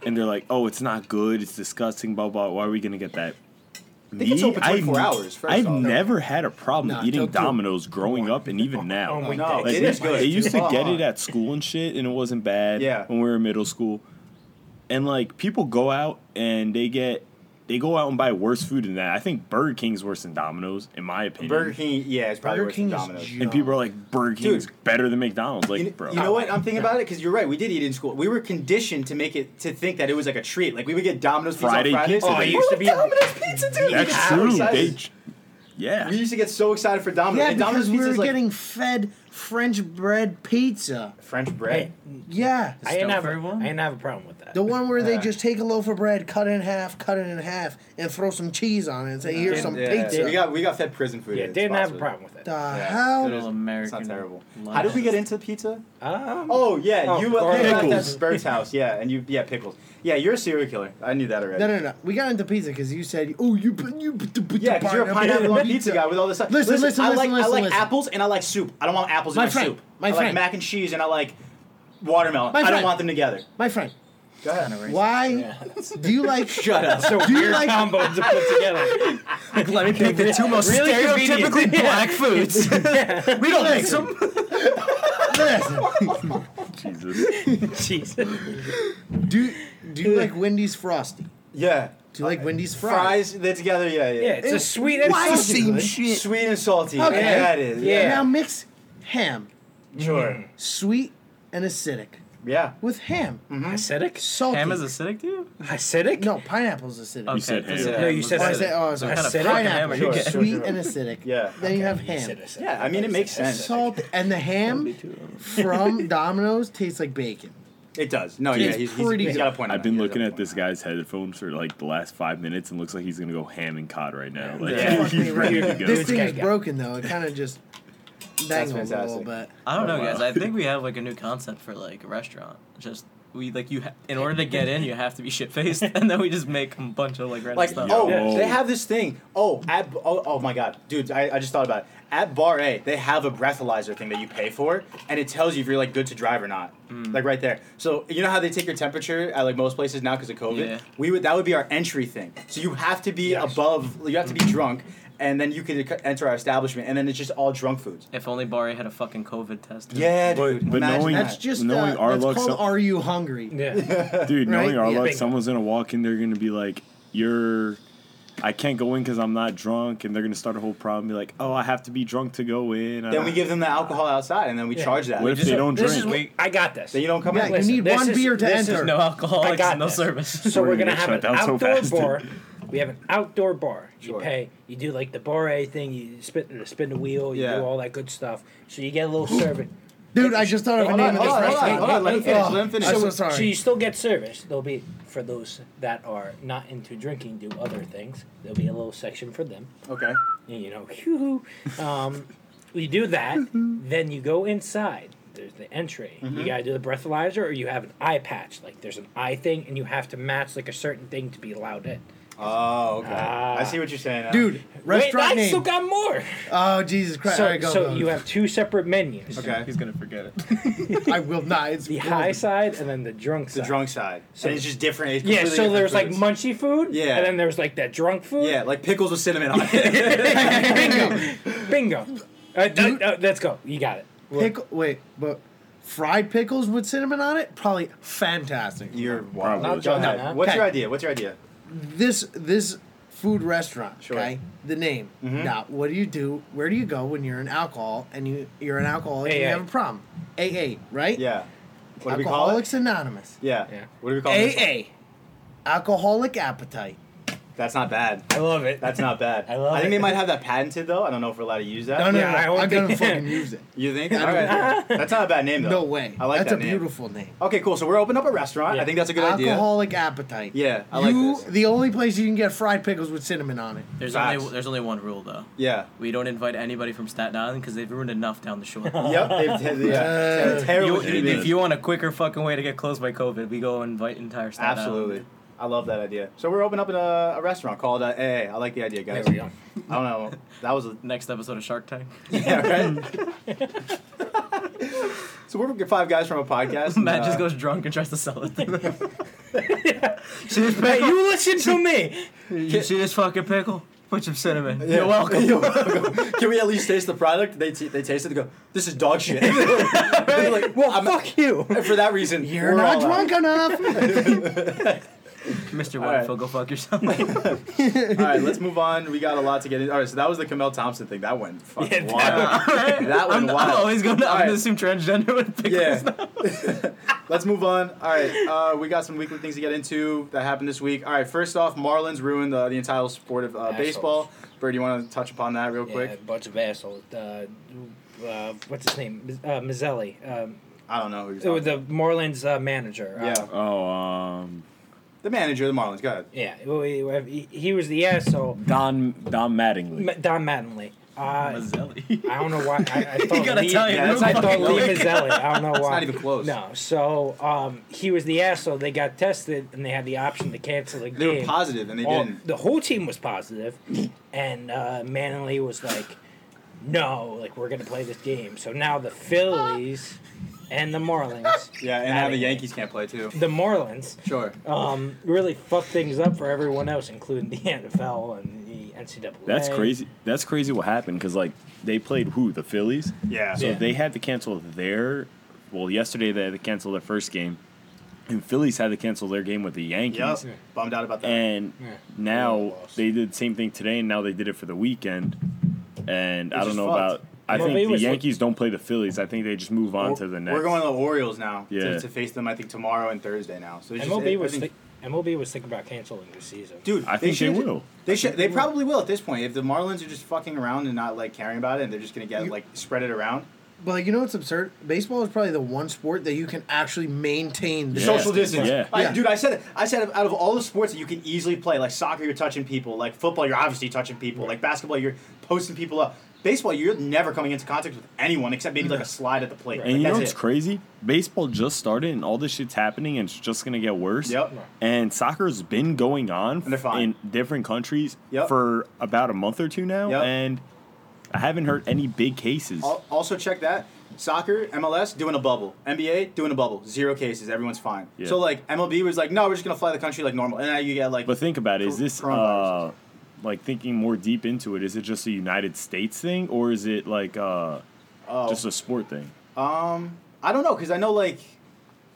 B: and they're like, "Oh, it's not good. It's disgusting. Blah blah. Why are we gonna get that?" Me,
A: think it's open 24
B: I've-
A: hours, first
B: I've
A: off.
B: never had a problem
D: Nah,
B: eating
D: don't do it.
B: Domino's growing up, and even now.
C: Oh my
A: No,
C: God.
B: Like,
A: it
B: we-
A: is good.
B: They used to
A: Fuck.
B: get it at school and shit, and it wasn't bad.
A: Yeah.
B: When we were in middle school, and like people go out and they get. They go out and buy worse food than that. I think Burger King's worse than Domino's, in my opinion.
A: Burger King. Yeah, it's probably
D: Burger
A: worse
D: King
A: than
D: is
A: Domino's.
D: ju-
B: and people are like, Burger King's better than McDonald's. Like,
A: You, kn-
B: bro.
A: you know what? I'm thinking about it because you're right. We did eat in school. We were conditioned to make it to think that it was like a treat. Like we would get Domino's pizza
B: Friday
A: on Fridays.
B: pizza, Oh, they- it used
C: to
A: What
C: be-
A: Domino's pizza [LAUGHS] too.
B: That's
A: Yeah.
B: true.
A: Outside.
B: They, yeah.
A: we used to get so excited for Domino's.
D: Yeah,
A: and Domino's
D: because we
A: pizza
D: were
A: is like
D: getting fed French bread pizza.
A: French
C: Hey,
A: bread.
D: Yeah.
C: I ain't
E: Stone
C: have a-
E: Fairy one?
C: I ain't have a problem with that.
D: The one where they
A: Yeah.
D: just take a loaf of bread, cut it in half, cut it in half, and throw some cheese on it and say,
C: Didn't-
D: here's some
A: Yeah,
D: pizza.
A: We got we got fed prison food.
C: yeah,
A: at
C: didn't have a
A: Spotswood.
C: problem with it.
D: the
A: Yeah,
D: hell?
A: it is- It's
E: American
A: not terrible.
E: lunch.
A: How did we get into pizza?
C: Um,
A: Oh yeah,
C: Oh,
A: you were
C: garlic.
A: at
B: Pickles.
A: that Bert's house. Yeah, and you yeah pickles. Yeah, you're a serial killer. I knew that already.
D: No, no, no. We got into pizza because you said, oh, you put, you put, the- put
A: Yeah,
D: the
A: because you're a pineapple on pizza guy with all this stuff.
D: Listen, listen,
A: I
D: listen,
A: like I
D: listen,
A: like
D: listen.
A: apples and I like soup. I don't want apples
D: My
A: in my
D: friend,
A: soup.
D: my
A: I like
D: friend.
A: mac and cheese and I like watermelon.
D: My
A: I don't
D: friend.
A: want them together.
D: My friend,
A: Go ahead.
D: why do you
E: [LAUGHS]
D: like.
A: Shut up.
C: so
D: Do you
C: weird
D: like-
C: combo to put
D: [LAUGHS]
C: together.
E: Let me pick the two most
C: Really
D: [LAUGHS]
E: stereotypically
C: convenient. Yeah.
E: black foods. we don't mix them.
D: Listen,
B: Jesus.
C: Jesus.
D: do, do you like Wendy's Frosty?
A: Yeah.
D: Do you
E: Uh,
D: like Wendy's fries?
A: Fries, they're together, yeah,
C: Yeah,
A: yeah.
C: it's a sweet and
D: Why
C: salty.
D: seem
C: good.
D: shit?
A: Sweet and salty.
D: Okay.
A: Yeah, that is.
C: Yeah.
D: Now mix ham,
A: Sure.
D: sweet and acidic,
A: Yeah.
D: with ham,
E: Mm-hmm.
C: Acidic?
D: salty.
E: Ham is Oh, acidic to you?
C: Acidic?
D: Hmm? No, pineapple's acidic.
E: Okay,
B: said
E: that's
B: ham.
E: it.
C: No, you said
D: Oh, I
C: acidic.
D: said, oh, I was
C: What
D: like,
C: kind of
E: fucking ham
D: pineapple,
E: are you getting?
D: sweet and acidic.
A: Yeah.
D: Then you have
C: You
D: ham.
C: said acidic.
A: Yeah, I mean, it makes sense.
D: Salt and the ham
A: [LAUGHS]
D: from Domino's tastes like bacon.
A: It does. No,
D: It's
A: yeah, he's, he's,
D: pretty
A: he's
D: good.
A: got a point. on that.
B: I've been
A: He does
B: looking
A: have a
B: at
A: point
B: this
A: on that.
B: guy's headphones for like the last five minutes, and looks like he's gonna go ham and cod right now. Like,
A: Yeah.
B: [LAUGHS] [LAUGHS]
D: Fuck
B: he's
D: me, right?
B: ready to go.
D: This
C: Dude,
D: thing
C: okay,
D: is
C: yeah.
D: broken though. It kind of just dangles a little
A: fantastic.
D: bit.
E: I don't know,
B: Oh,
E: guys.
B: wow.
E: I think we have like a new concept for like a restaurant. Just we like you ha- in order to get in, you have to be shit faced, [LAUGHS] and then we just make a bunch of like random
A: Like,
E: stuff.
A: oh,
B: Yeah.
A: they have this thing. Oh, at oh, oh my god, dude, I, I just thought about it. At Bar A, they have a breathalyzer thing that you pay for, and it tells you if you're like good to drive or not.
B: Hmm.
A: Like right there. So you know how they take your temperature at like most places now because of COVID.
E: Yeah.
A: We would that would be our entry thing. So you have to be
C: Yes.
B: Hmm.
A: above. You have to be drunk. and then you could c- enter our establishment, and then it's just all drunk foods.
E: If only Bari had a fucking COVID test.
A: Yeah,
B: But-
A: dude.
B: but
A: imagine
B: knowing-
A: that.
D: That's just
B: Knowing
D: uh,
B: our
D: that's
B: luck,
D: called
B: so-
D: Are You Hungry? [LAUGHS]
C: Yeah.
B: Dude, knowing
D: Right?
B: our
D: Yeah.
B: luck,
C: Bingo.
B: someone's gonna walk in. They're gonna be like, "You're, I can't go in because I'm not drunk," and they're gonna start a whole problem. Be like, "Oh, I have to be drunk to go in." I
A: Then
B: don't-
A: we give them the alcohol outside, and then we charge that.
B: What if they don't
C: This is
B: drink?
C: wait. I got this.
A: Then you don't come
D: Yeah,
A: in.
D: you need
C: this
D: one beer to
C: this
D: enter.
E: No alcoholics,
C: I got
E: no
C: this.
E: service.
C: [LAUGHS] So
B: We're
C: we're
B: gonna
C: gonna
B: get
C: have
B: shut
C: an
B: down so
C: outdoor
B: fast.
C: bar. We have an outdoor bar. You
A: Sure.
C: pay. You do like the bar thing. You spin, spin the wheel. You
A: Yeah.
C: do all that good stuff. So you get a little servant.
D: Dude, I just thought of
A: [GASPS]
D: a
A: Hold
D: name
A: on,
D: of
A: hold
D: this
A: on, hold on,
D: restaurant.
A: hold on. Let him finish.
D: Oh,
A: Let him finish.
D: I'm so
A: So-
D: sorry.
C: So you still get service. There'll be for those that are not into drinking, do other things. There'll be a little section for them.
A: Okay.
C: And, you know, hoo Um, you do that,
D: [LAUGHS]
C: then you go inside. There's the entry.
D: Mm-hmm.
C: You gotta do the breathalyzer, or you have an eye patch. Like there's an eye thing, and you have to match like a certain thing to be allowed in.
A: Oh, okay.
C: Ah.
A: I see what you're saying. now.
D: Dude,
C: Wait,
D: restaurant
C: I
D: name.
C: still got more.
D: oh Jesus Christ!
C: so
D: All right, go,
C: so
D: go.
C: you have two separate menus:
A: Okay.
E: He's gonna forget it.
D: I will not. It's
C: the high side and then the drunk
A: the
C: side.
A: drunk side.
C: So-
A: and it's just different. It's
C: Yeah.
A: completely
C: So
A: different
C: there's like
A: foods.
C: munchy food.
A: Yeah.
C: And then there's like that drunk food.
A: Yeah, like pickles with cinnamon on it. [LAUGHS]
C: [LAUGHS] Bingo. Bingo. Uh, th- uh, let's go. You got it.
D: pickle. Wait, but fried pickles with cinnamon on it? Probably fantastic.
A: you're wild.
B: Probably.
A: Go ahead.
C: No.
A: What's your
D: Okay.
A: idea? What's your idea?
D: this this food restaurant.
A: Sure. Mm-hmm.
D: Okay, the name. Now, what do you do? Where do you go when you're an alcohol and you you're an alcoholic and you
C: AA.
D: have a problem? AA, right?
A: Yeah. What do we call it?
D: Alcoholics Anonymous.
A: Yeah.
C: Yeah.
A: What do we call this one?
D: AA, alcoholic appetite.
A: That's not bad.
C: I love it.
A: That's not bad.
C: I love
A: think
C: it.
A: they might have that patented though. I don't know if we're allowed to use that.
D: No, no,
C: Yeah, I
D: no.
C: don't
D: I'm gonna
A: [LAUGHS]
C: think-
D: fucking use it.
A: You think?
D: I
A: All
D: don't-
A: right. That's not a bad name though.
D: No way.
A: I like
D: That's
A: that
D: a
A: name.
D: beautiful name.
A: Okay, cool. So we're opening up a restaurant.
C: Yeah.
A: I think that's a good idea.
D: alcoholic appetite.
A: Yeah, I like
D: you,
A: this.
D: The only place you can get fried pickles with cinnamon on it.
E: There's
A: Facts.
E: only there's only one rule though.
A: Yeah.
E: We don't invite anybody from Staten Island because they've ruined enough down the
C: [LAUGHS]
E: shore.
A: Yep. They've, they
D: Uh,
A: terrible.
E: You-
A: human
E: if
A: beings.
E: you want a quicker fucking way to get closed by COVID, we go invite entire Staten
A: Absolutely.
E: Island.
A: I love that idea. So we're opening up in a, a restaurant called uh, AA. I like the idea,
C: There
A: guys.
C: we go.
A: I don't know. That was a,
E: Next episode of Shark Tank.
A: yeah, right. so we're five guys from a podcast. and,
E: Matt
A: uh,
E: just goes drunk and tries to sell it.
C: Hey, you listen to me.
E: you see this fucking pickle? Put some cinnamon.
A: [LAUGHS] Yeah.
E: You're
A: [LAUGHS]
E: welcome.
A: You're welcome. Can we at least taste the product? They, t- they taste it. They go, "This is dog shit." [LAUGHS] They're like,
C: Well,
A: I'm-
C: fuck you.
A: and for that reason,
D: You're
A: we're
D: not
A: all out. [LAUGHS]
D: drunk enough.
E: Mr.
A: All right.
E: Wonderful, go fuck yourself.
A: All right, let's move on. We got a lot to get in. All right, so that was the Kamel Thompson thing. That went fucking
C: Yeah,
A: wild. That
E: I'm,
A: went
E: I'm
A: wild.
E: always going to, I'm
A: All
E: going
A: right.
E: to assume transgender with pickles.
A: Yeah. [LAUGHS] Let's move on. All right, uh, we got some weekly things to get into that happened this week. All right, first off, Marlins ruined uh, the entire sport of uh,
C: Assholes.
A: baseball. Bird, you want to touch upon that real
C: Yeah, a
A: quick?
C: bunch of assholes. Uh, uh, what's his name? Miz- Uh, Mazzelli. Um,
A: I don't know who you're
C: so
A: talking.
C: the Marlins uh, manager. Uh,
A: Yeah,
B: Oh, um,
A: the manager, of the Marlins. Go ahead.
C: yeah. well, He, he- he was the asshole.
B: Don Don Mattingly.
C: M- Don Mattingly. Uh,
E: Mazzelli.
C: [LAUGHS] I don't know why. I, I thought
E: gotta
C: Lee,
E: tell you,
A: Yeah, that's
C: I
A: not
C: thought
A: even
C: Lee
A: close.
C: Mazzelli. I don't know why. It's
A: not even close.
C: No. So um, he was the asshole. They got tested and they had the option to cancel the
A: They
C: game.
A: were positive and they
C: all-
A: didn't.
C: the whole team was positive, and uh, Manley was like, "No, like we're gonna play this game." So now the Phillies and the Marlins,
A: Yeah, and now
C: Adding
A: the
C: it.
A: Yankees can't play too.
C: the Marlins,
A: Sure.
C: um, really fucked things up for everyone else, including the [LAUGHS] NFL and the NCAA.
B: That's crazy. That's crazy. What happened? Because like they played who the Phillies.
A: Yeah.
B: So
C: Yeah.
B: they had to cancel their. Well, yesterday they had to cancel their first game, and Phillies had to cancel their game with the
A: Yep.
B: Yankees.
A: Bummed out about that.
B: And
C: Yeah.
B: now
C: Lost.
B: they did the same thing today, and now they did it for the weekend. And I
A: Which
B: don't
A: is
B: know
A: fucked.
B: about. I
C: Well, they
B: think the
C: was like-
B: Yankees don't play the Phillies. I think they just move on
A: we're,
B: to the next.
A: we're going to the Orioles now to-
B: Yeah.
A: to, face them. I think tomorrow and Thursday now. So it's just,
C: MLB
A: it-
C: was
A: I
C: think,
A: think-
C: MLB was thinking about canceling the season.
A: dude.
B: I think they
A: should-
B: will.
A: They should. They probably will at this point. If the Marlins are just fucking around and not like caring about it, and they're just gonna get
D: You-
A: like spread it around.
D: But like, you know what's absurd? Baseball is probably the one sport that you can actually maintain the
B: Yeah.
A: Social distance.
B: Yeah.
A: I-
D: Yeah.
A: dude, I said it. I said out of all the sports that you can easily play, like soccer, you're touching people. Like football, you're obviously touching people. Like basketball, you're posting people up. Baseball, you're never coming into contact with anyone except maybe like a slide at the plate.
B: And
A: Like,
B: you know
A: that's
B: what's
A: it.
B: crazy? Baseball just started, and all this shit's happening, and it's just gonna get worse.
A: Yep.
B: And soccer's been going on
A: they're fine.
B: in different countries
A: Yep.
B: for about a month or two now,
A: Yep.
B: and I haven't heard any big cases.
A: Al- Also check that soccer MLS doing a bubble, NBA doing a bubble, zero cases, everyone's fine.
B: Yeah.
A: So like MLB was like, no, we're just gonna fly the country like normal, and now you get like
B: but think about it: is this
A: Coronaviruses.
B: uh, like thinking more deep into it, is it just a United States thing or is it like uh,
A: Oh.
B: just a sport thing?
A: Um, I don't know because I know like,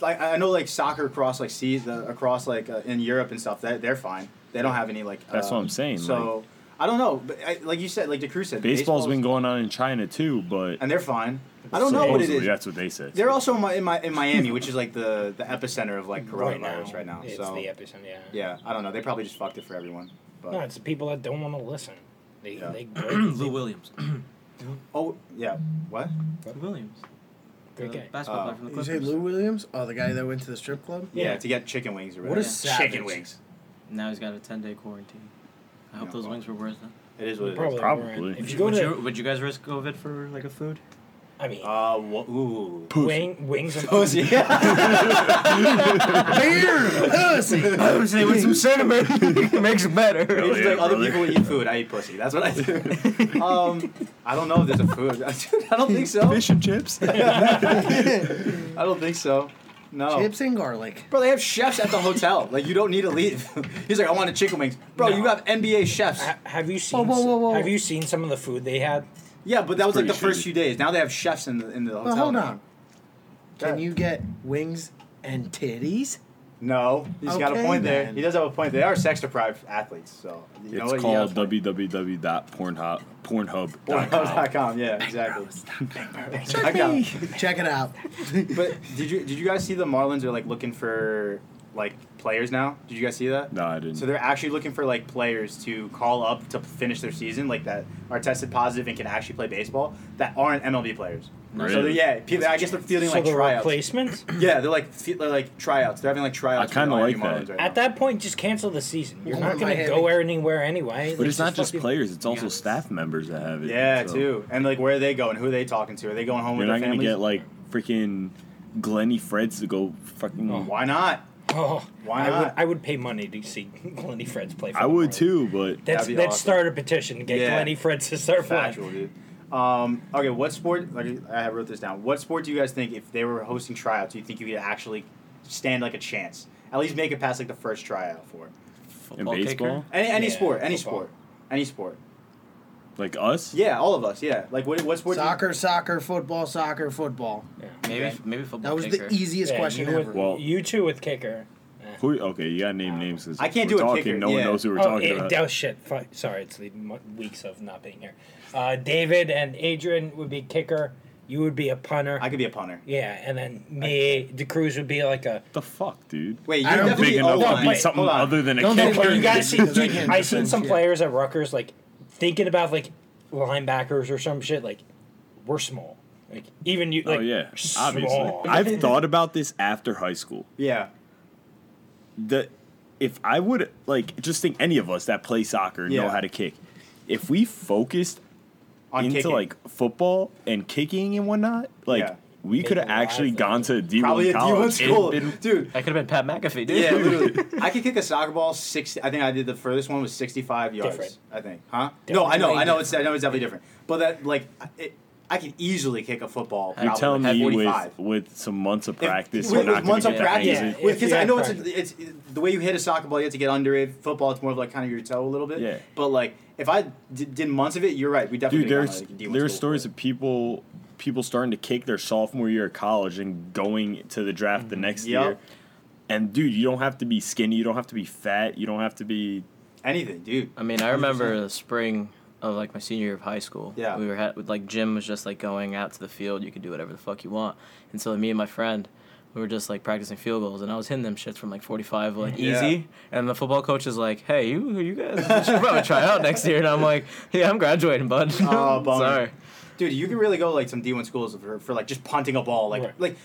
A: like I know like soccer across like seas uh, across like uh, in Europe and stuff. That they're fine. They don't have any like.
B: That's what
A: um,
B: I'm saying,
A: So I don't know, but I, like you said, like the crew said,
B: Baseball's been
A: baseball's-
B: going on in China too, but
A: and they're fine. I don't know what it
B: supposedly
A: is.
B: That's what they said.
A: They're also in, my, in, my, in Miami, which is like the, the epicenter of like coronavirus right now.
C: It's
A: so
C: the epicenter, yeah.
A: yeah, I don't know. They probably just fucked it for everyone. But
C: No, it's the people that don't want to listen. They,
A: Yeah. [CLEARS THROAT]
C: they,
E: [CLEARS THROAT] Lou Williams.
A: oh yeah, what?
E: Lou Williams. The
C: okay.
E: basketball
A: Oh.
E: player from the
D: You say
E: Clippers.
D: Lou Williams? Oh, the guy that went to the strip club?
A: Yeah,
E: Yeah.
A: to get chicken wings or
D: What
A: whatever.
D: a
E: Yeah.
D: savage.
A: chicken wings?
E: Now he's got a 10 day quarantine. I hope
A: Yeah,
E: those
A: well.
E: wings were worth it.
A: It is what it is.
C: Probably.
B: Probably.
C: weren't. If you go
E: Would
C: to,
E: you, would you guys risk COVID for like a food?
C: I mean,
A: Uh, wha- ooh. [LAUGHS]
C: wing, wings and
A: Pussy. [LAUGHS]
D: Beer! Pussy!
E: [LAUGHS] I would say with some cinnamon. [LAUGHS] Makes it better.
A: It's
B: yeah,
A: like other
B: brother.
A: people eat food. I eat pussy. That's what I do. [LAUGHS] um, I don't know if there's a food. [LAUGHS] Dude, I don't think so. [LAUGHS]
B: and chips.
A: I don't think so.
C: Oh.
A: No.
D: Chips and garlic.
A: Bro, they have chefs at the hotel. Like, you don't need to leave. [LAUGHS] He's like, I want a chicken wings. Bro, you
C: No.
A: have NBA chefs.
C: Ha- have you seen?
D: whoa, whoa, whoa.
C: Have you seen some of the food they had?
A: Yeah, but that was like the
B: pretty
A: first
B: shitty.
A: few days. Now they have chefs in the, in the hotel.
D: Well, hold
A: now.
D: on. Can you get wings and titties?
A: No, he's got a
D: Okay,
A: point there.
D: then.
A: He does have a point. They are sex deprived athletes, so you know
B: It's
A: what? He
B: called
A: [LAUGHS] got a point.
B: www.pornhub.
A: [LAUGHS]
B: Pornhub.
A: Pornhub.com. Yeah,
D: [LAUGHS]
A: exactly.
D: Check,
A: out.
D: [LAUGHS] Check it out.
A: But did you did you guys see the Marlins are like looking for like players now? Did you guys see that?
B: No, I didn't.
A: So they're actually looking for like players to call up to finish their season, like that are tested positive and can actually play baseball that aren't MLB players. So they're,
B: Really?
A: yeah, people, I guess they're feeling
C: so
A: like
C: the
A: tryouts. [CLEARS THROAT]
C: replacements.
A: Yeah, they're like fe- they're like tryouts. They're having like tryouts.
B: I
A: for the
B: kinda
A: Miami
B: like that.
A: Marlins right
C: At
A: now.
C: that point, just cancel the season. You're
D: Well,
C: not going to
D: Miami-
C: go anywhere anyway.
B: But it's not just
C: fucking-
B: players, it's also
E: Yeah.
B: staff members that have it.
A: Yeah,
B: so
A: too. And like, where are they going? Who are they talking to? Are they going home
B: You're
A: with
B: not
A: their
B: going to
A: families?
B: get like freaking Glenny Freds to go fucking.
A: Oh, Why not?
C: [LAUGHS] Oh,
A: Why
C: I
A: not?
C: Would, I would pay money to see [LAUGHS] Glenny Freds play. For
B: I
C: the
B: would
C: Marlins.
B: too, but
C: That's,
A: That'd be
C: let's
A: awesome.
C: start a petition to get
A: Yeah.
C: Glenny Freds to start
A: Factual,
C: playing.
A: dude. Um, okay, what sport? Like I have wrote this down. What sport do you guys think if they were hosting tryouts, do you think you could actually stand like a chance? At least make it past like the first tryout for it.
B: in
E: Football
B: baseball,
E: kicker.
A: any any
C: Yeah,
A: sport, any
C: football.
A: sport, any sport.
B: like us,
A: Yeah, all of us. Yeah, like what what sport? do you-
D: Soccer, soccer, football, soccer, football.
E: Maybe
A: Okay.
E: maybe football
D: That was
E: kicker.
D: the easiest
C: Yeah,
D: question
C: you,
D: ever.
C: with,
B: Well-
C: you two with kicker.
B: Who, okay, you gotta name names because
A: I can't
B: we're
A: do a
B: talking.
A: kicker,
B: No one
A: yeah.
B: knows who we're
C: Oh,
B: talking
C: it,
B: about.
C: oh shit! Fuck. Sorry, it's the mo- weeks of not being here. Uh, David and Adrian would be kicker. You would be a punter.
A: I could be a punter.
C: yeah, and then me, the Cruz would be like a.
B: the fuck, dude.
A: Wait, you're
D: I don't
A: definitely
B: Big enough
A: O-line.
B: to be
C: wait,
B: something
A: Hold on.
B: other than a
D: Don't
B: kicker.
D: think
C: You gotta see.
D: Because I
C: Dude,
D: can't
C: I seen
D: defend
C: some
D: shit.
C: players at Rutgers like thinking about like linebackers or some shit. Like we're small. Like even you. Like,
A: [LAUGHS]
B: oh yeah,
C: small.
B: obviously. I've thought about this after high school.
A: Yeah,
B: the if I would like just think any of us that play soccer
A: Yeah.
B: know how to kick. If we focused
A: on
B: into
A: kicking.
B: like football and kicking and whatnot, like
A: Yeah.
B: we could have
C: Make a live
B: actually
C: thing.
B: gone to a D
A: probably
B: one
A: a D1
B: college. and
A: school,
B: been-
A: [LAUGHS] dude.
E: That could have been Pat McAfee, dude.
A: Yeah, literally. I could kick a soccer ball sixty. I think I did the furthest one was sixty-five yards.
C: Different.
A: I think, huh? no,
C: Different.
A: I know, I know. It's I know it's definitely different. But that like, I- it, I could easily kick a football.
B: you're
A: probably
B: telling
A: at
B: me
A: 45.
B: with with some months of
A: If-
B: practice,
A: with,
B: we're
A: with
B: not going
A: months
B: to
A: of
B: get that
A: practice,
B: easy.
C: Yeah.
A: because
C: Yeah,
A: I know it's,
C: practice.
A: a, it's the way you hit a soccer ball, you have to get under it. Football, it's more of like kind of your toe a little bit.
B: Yeah.
A: But like, if I did, did months of it, you're right. We definitely
B: Dude,
A: could've
B: there's
A: gone to, like, a D1
B: there are
A: school.
B: stories of people people starting to kick their sophomore year of college and going to the draft the next
A: Yup.
B: year. And dude, you don't have to be skinny, you don't have to be fat, you don't have to be
A: anything,
C: [LAUGHS]
A: dude.
E: I mean, I remember the spring of like my senior year of high school.
A: Yeah.
E: We were had with like Jim was just like going out to the field. You could do whatever the fuck you want. And so me and my friend, we were just like practicing field goals, and I was hitting them shits from like 45,
A: [LAUGHS]
E: like
A: Yeah.
E: easy. And the football coach is like, "Hey, you, you guys [LAUGHS] should probably try out next year." And I'm like, "Yeah, I'm graduating, bud.
A: [LAUGHS]
E: [LAUGHS]
A: Oh, bummer.
E: Sorry."
A: Dude, you can really go like some D one schools for, for like just punting a ball, like
C: Right.
A: like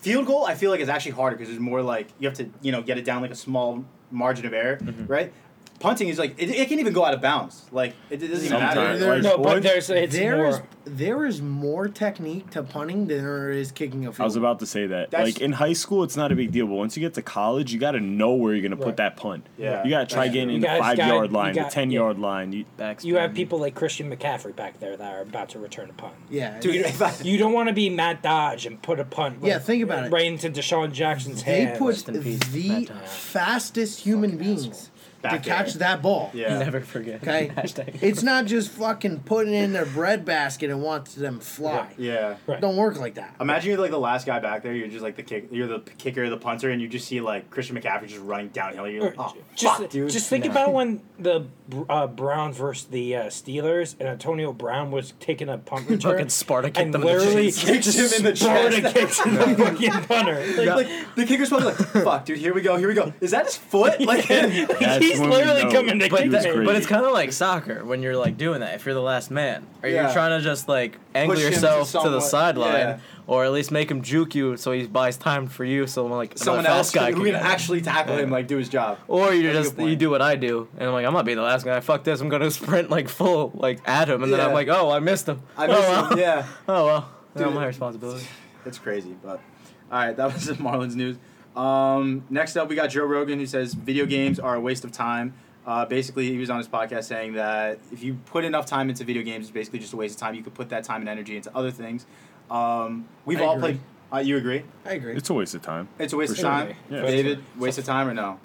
A: field goal. I feel like is actually harder because there's more like you have to you know get it down like a small margin of error,
C: Mm-hmm.
A: right? Punting is like it, it can even go out of bounds, like it, it doesn't even
B: Sometimes,
A: matter.
B: like-
C: No,
B: Boy,
C: but there's it's
D: There
C: more.
D: is there is more technique to punting than there is kicking a field.
B: I was about to say that.
A: That's-
B: like in high school, it's not a big deal, but once you get to college, you got to know where you're gonna
C: Right.
B: put that punt.
A: Yeah.
B: you got to try
A: That's
B: getting
A: true.
C: You
B: in the
C: guys
B: five
C: gotta-
B: yard
C: you
B: line,
C: got-
B: the ten
C: yeah. [LAUGHS]
B: yard line. You,
E: Backspin.
C: You have people like Christian McCaffrey back there that are about to return a punt.
D: yeah,
A: Dude, if I,
C: You don't want to be Matt Dodge and put a punt.
D: Yeah,
C: like,
D: think about it.
C: Right into Deshaun Jackson's
D: They
C: hand.
D: put
E: in peace,
D: the
E: Matt Dyer.
D: fastest human
C: Fucking
D: beings
C: asshole.
D: to
A: Back
D: catch
A: air.
D: that ball.
A: [LAUGHS] Yeah.
E: Never forget.
A: [LAUGHS]
D: Okay,
E: [LAUGHS] Hashtag.
D: it's not just fucking putting it in their bread basket and wants them fly.
A: Yeah.
C: Right.
D: Don't work like that.
A: Imagine you're like the last guy back there. You're just like the kick. You're the kicker, the punter, and you just see like Christian McCaffrey just running downhill. You're like,
C: Or
A: oh
C: just,
A: fuck, dude. [LAUGHS]
C: just think
A: No.
C: about when the uh, Browns versus the uh, Steelers and Antonio Brown was taking a punt
E: [LAUGHS]
C: return.
E: Fucking Sparta kicked
C: and
E: him in the
C: literally
E: chest.
A: Kicked
C: just
A: him in the
C: Sparta
A: chest.
C: kicked the fucking punter. Like,
A: [LAUGHS] Like, the kicker's probably
C: [LAUGHS]
A: like, fuck, dude. Here we go. Here we go. Is that his foot? Like,
B: That's
C: he's
B: when we
C: literally
B: know
C: coming to
B: he
E: But,
C: kick
B: was
E: that-
C: me.
B: great.
E: but it's kind of like soccer when you're like doing that. If you're the last man, or
A: Yeah.
E: you're trying to just like angle
A: Push him to
E: yourself to, the
A: someone-
E: sideline,
A: yeah.
E: or at least make him juke you so he buys time for you. So
A: [LAUGHS]
E: like
A: someone
E: another
A: else
E: fast guy
A: who
E: can
A: can
E: get it.
A: actually tackle him, like do his job.
C: Oh,
E: Or you
A: That's a
E: just
A: good point.
E: you do what I do, and I'm like I'm not being the last guy. Fuck this! I'm gonna [LAUGHS] sprint like full like at him, and then
A: Yeah.
E: I'm like, oh, I missed him.
A: I
E: oh,
A: miss
E: well. [LAUGHS]
A: him. Yeah,
E: Oh well, not
A: Dude.
E: my responsibility.
A: it's crazy. But all right, that [LAUGHS] was the Marlins news. Um, next up, we got Joe Rogan who says video games are a waste of time. Uh, basically, he was on his podcast saying that if you put enough time into video games, it's basically just a waste of time. You could put that time and energy into other things. Um, we've
D: I
A: all
D: agree.
A: played. Uh, you agree?
D: I agree.
B: It's a waste of time.
A: It's a waste
B: For
A: of
B: sure.
A: time.
B: Yeah.
A: David, waste of time or no?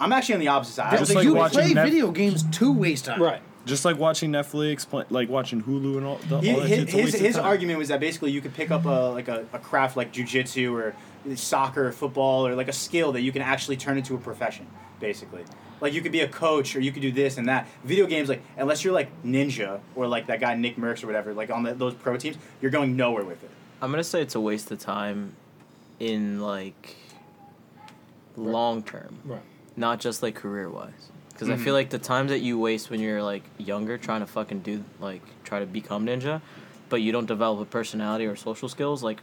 A: I'm actually on the opposite side. I
B: Just
A: don't think
B: like
D: you
B: watching
D: play
B: Netf-
D: video games to waste time.
C: right.
B: Just like watching Netflix, pl- like watching Hulu and all. The,
A: He-
B: all that shit,
A: his
B: it's a waste
A: his,
B: of
A: his
B: time.
A: argument was that basically you could pick up a like a, a craft like jujitsu or soccer or football or like a skill that you can actually turn into a profession basically like you could be a coach or you could do this and that video games like unless you're like ninja or like that guy nick merckx or whatever like on the, those pro teams you're going nowhere with it
E: I'm gonna say it's a waste of time, in like long term.
C: Right.
E: not just like career wise. Because I feel like the time that you waste when you're like younger trying to fucking do like try to become ninja, but you don't develop a personality or social skills, like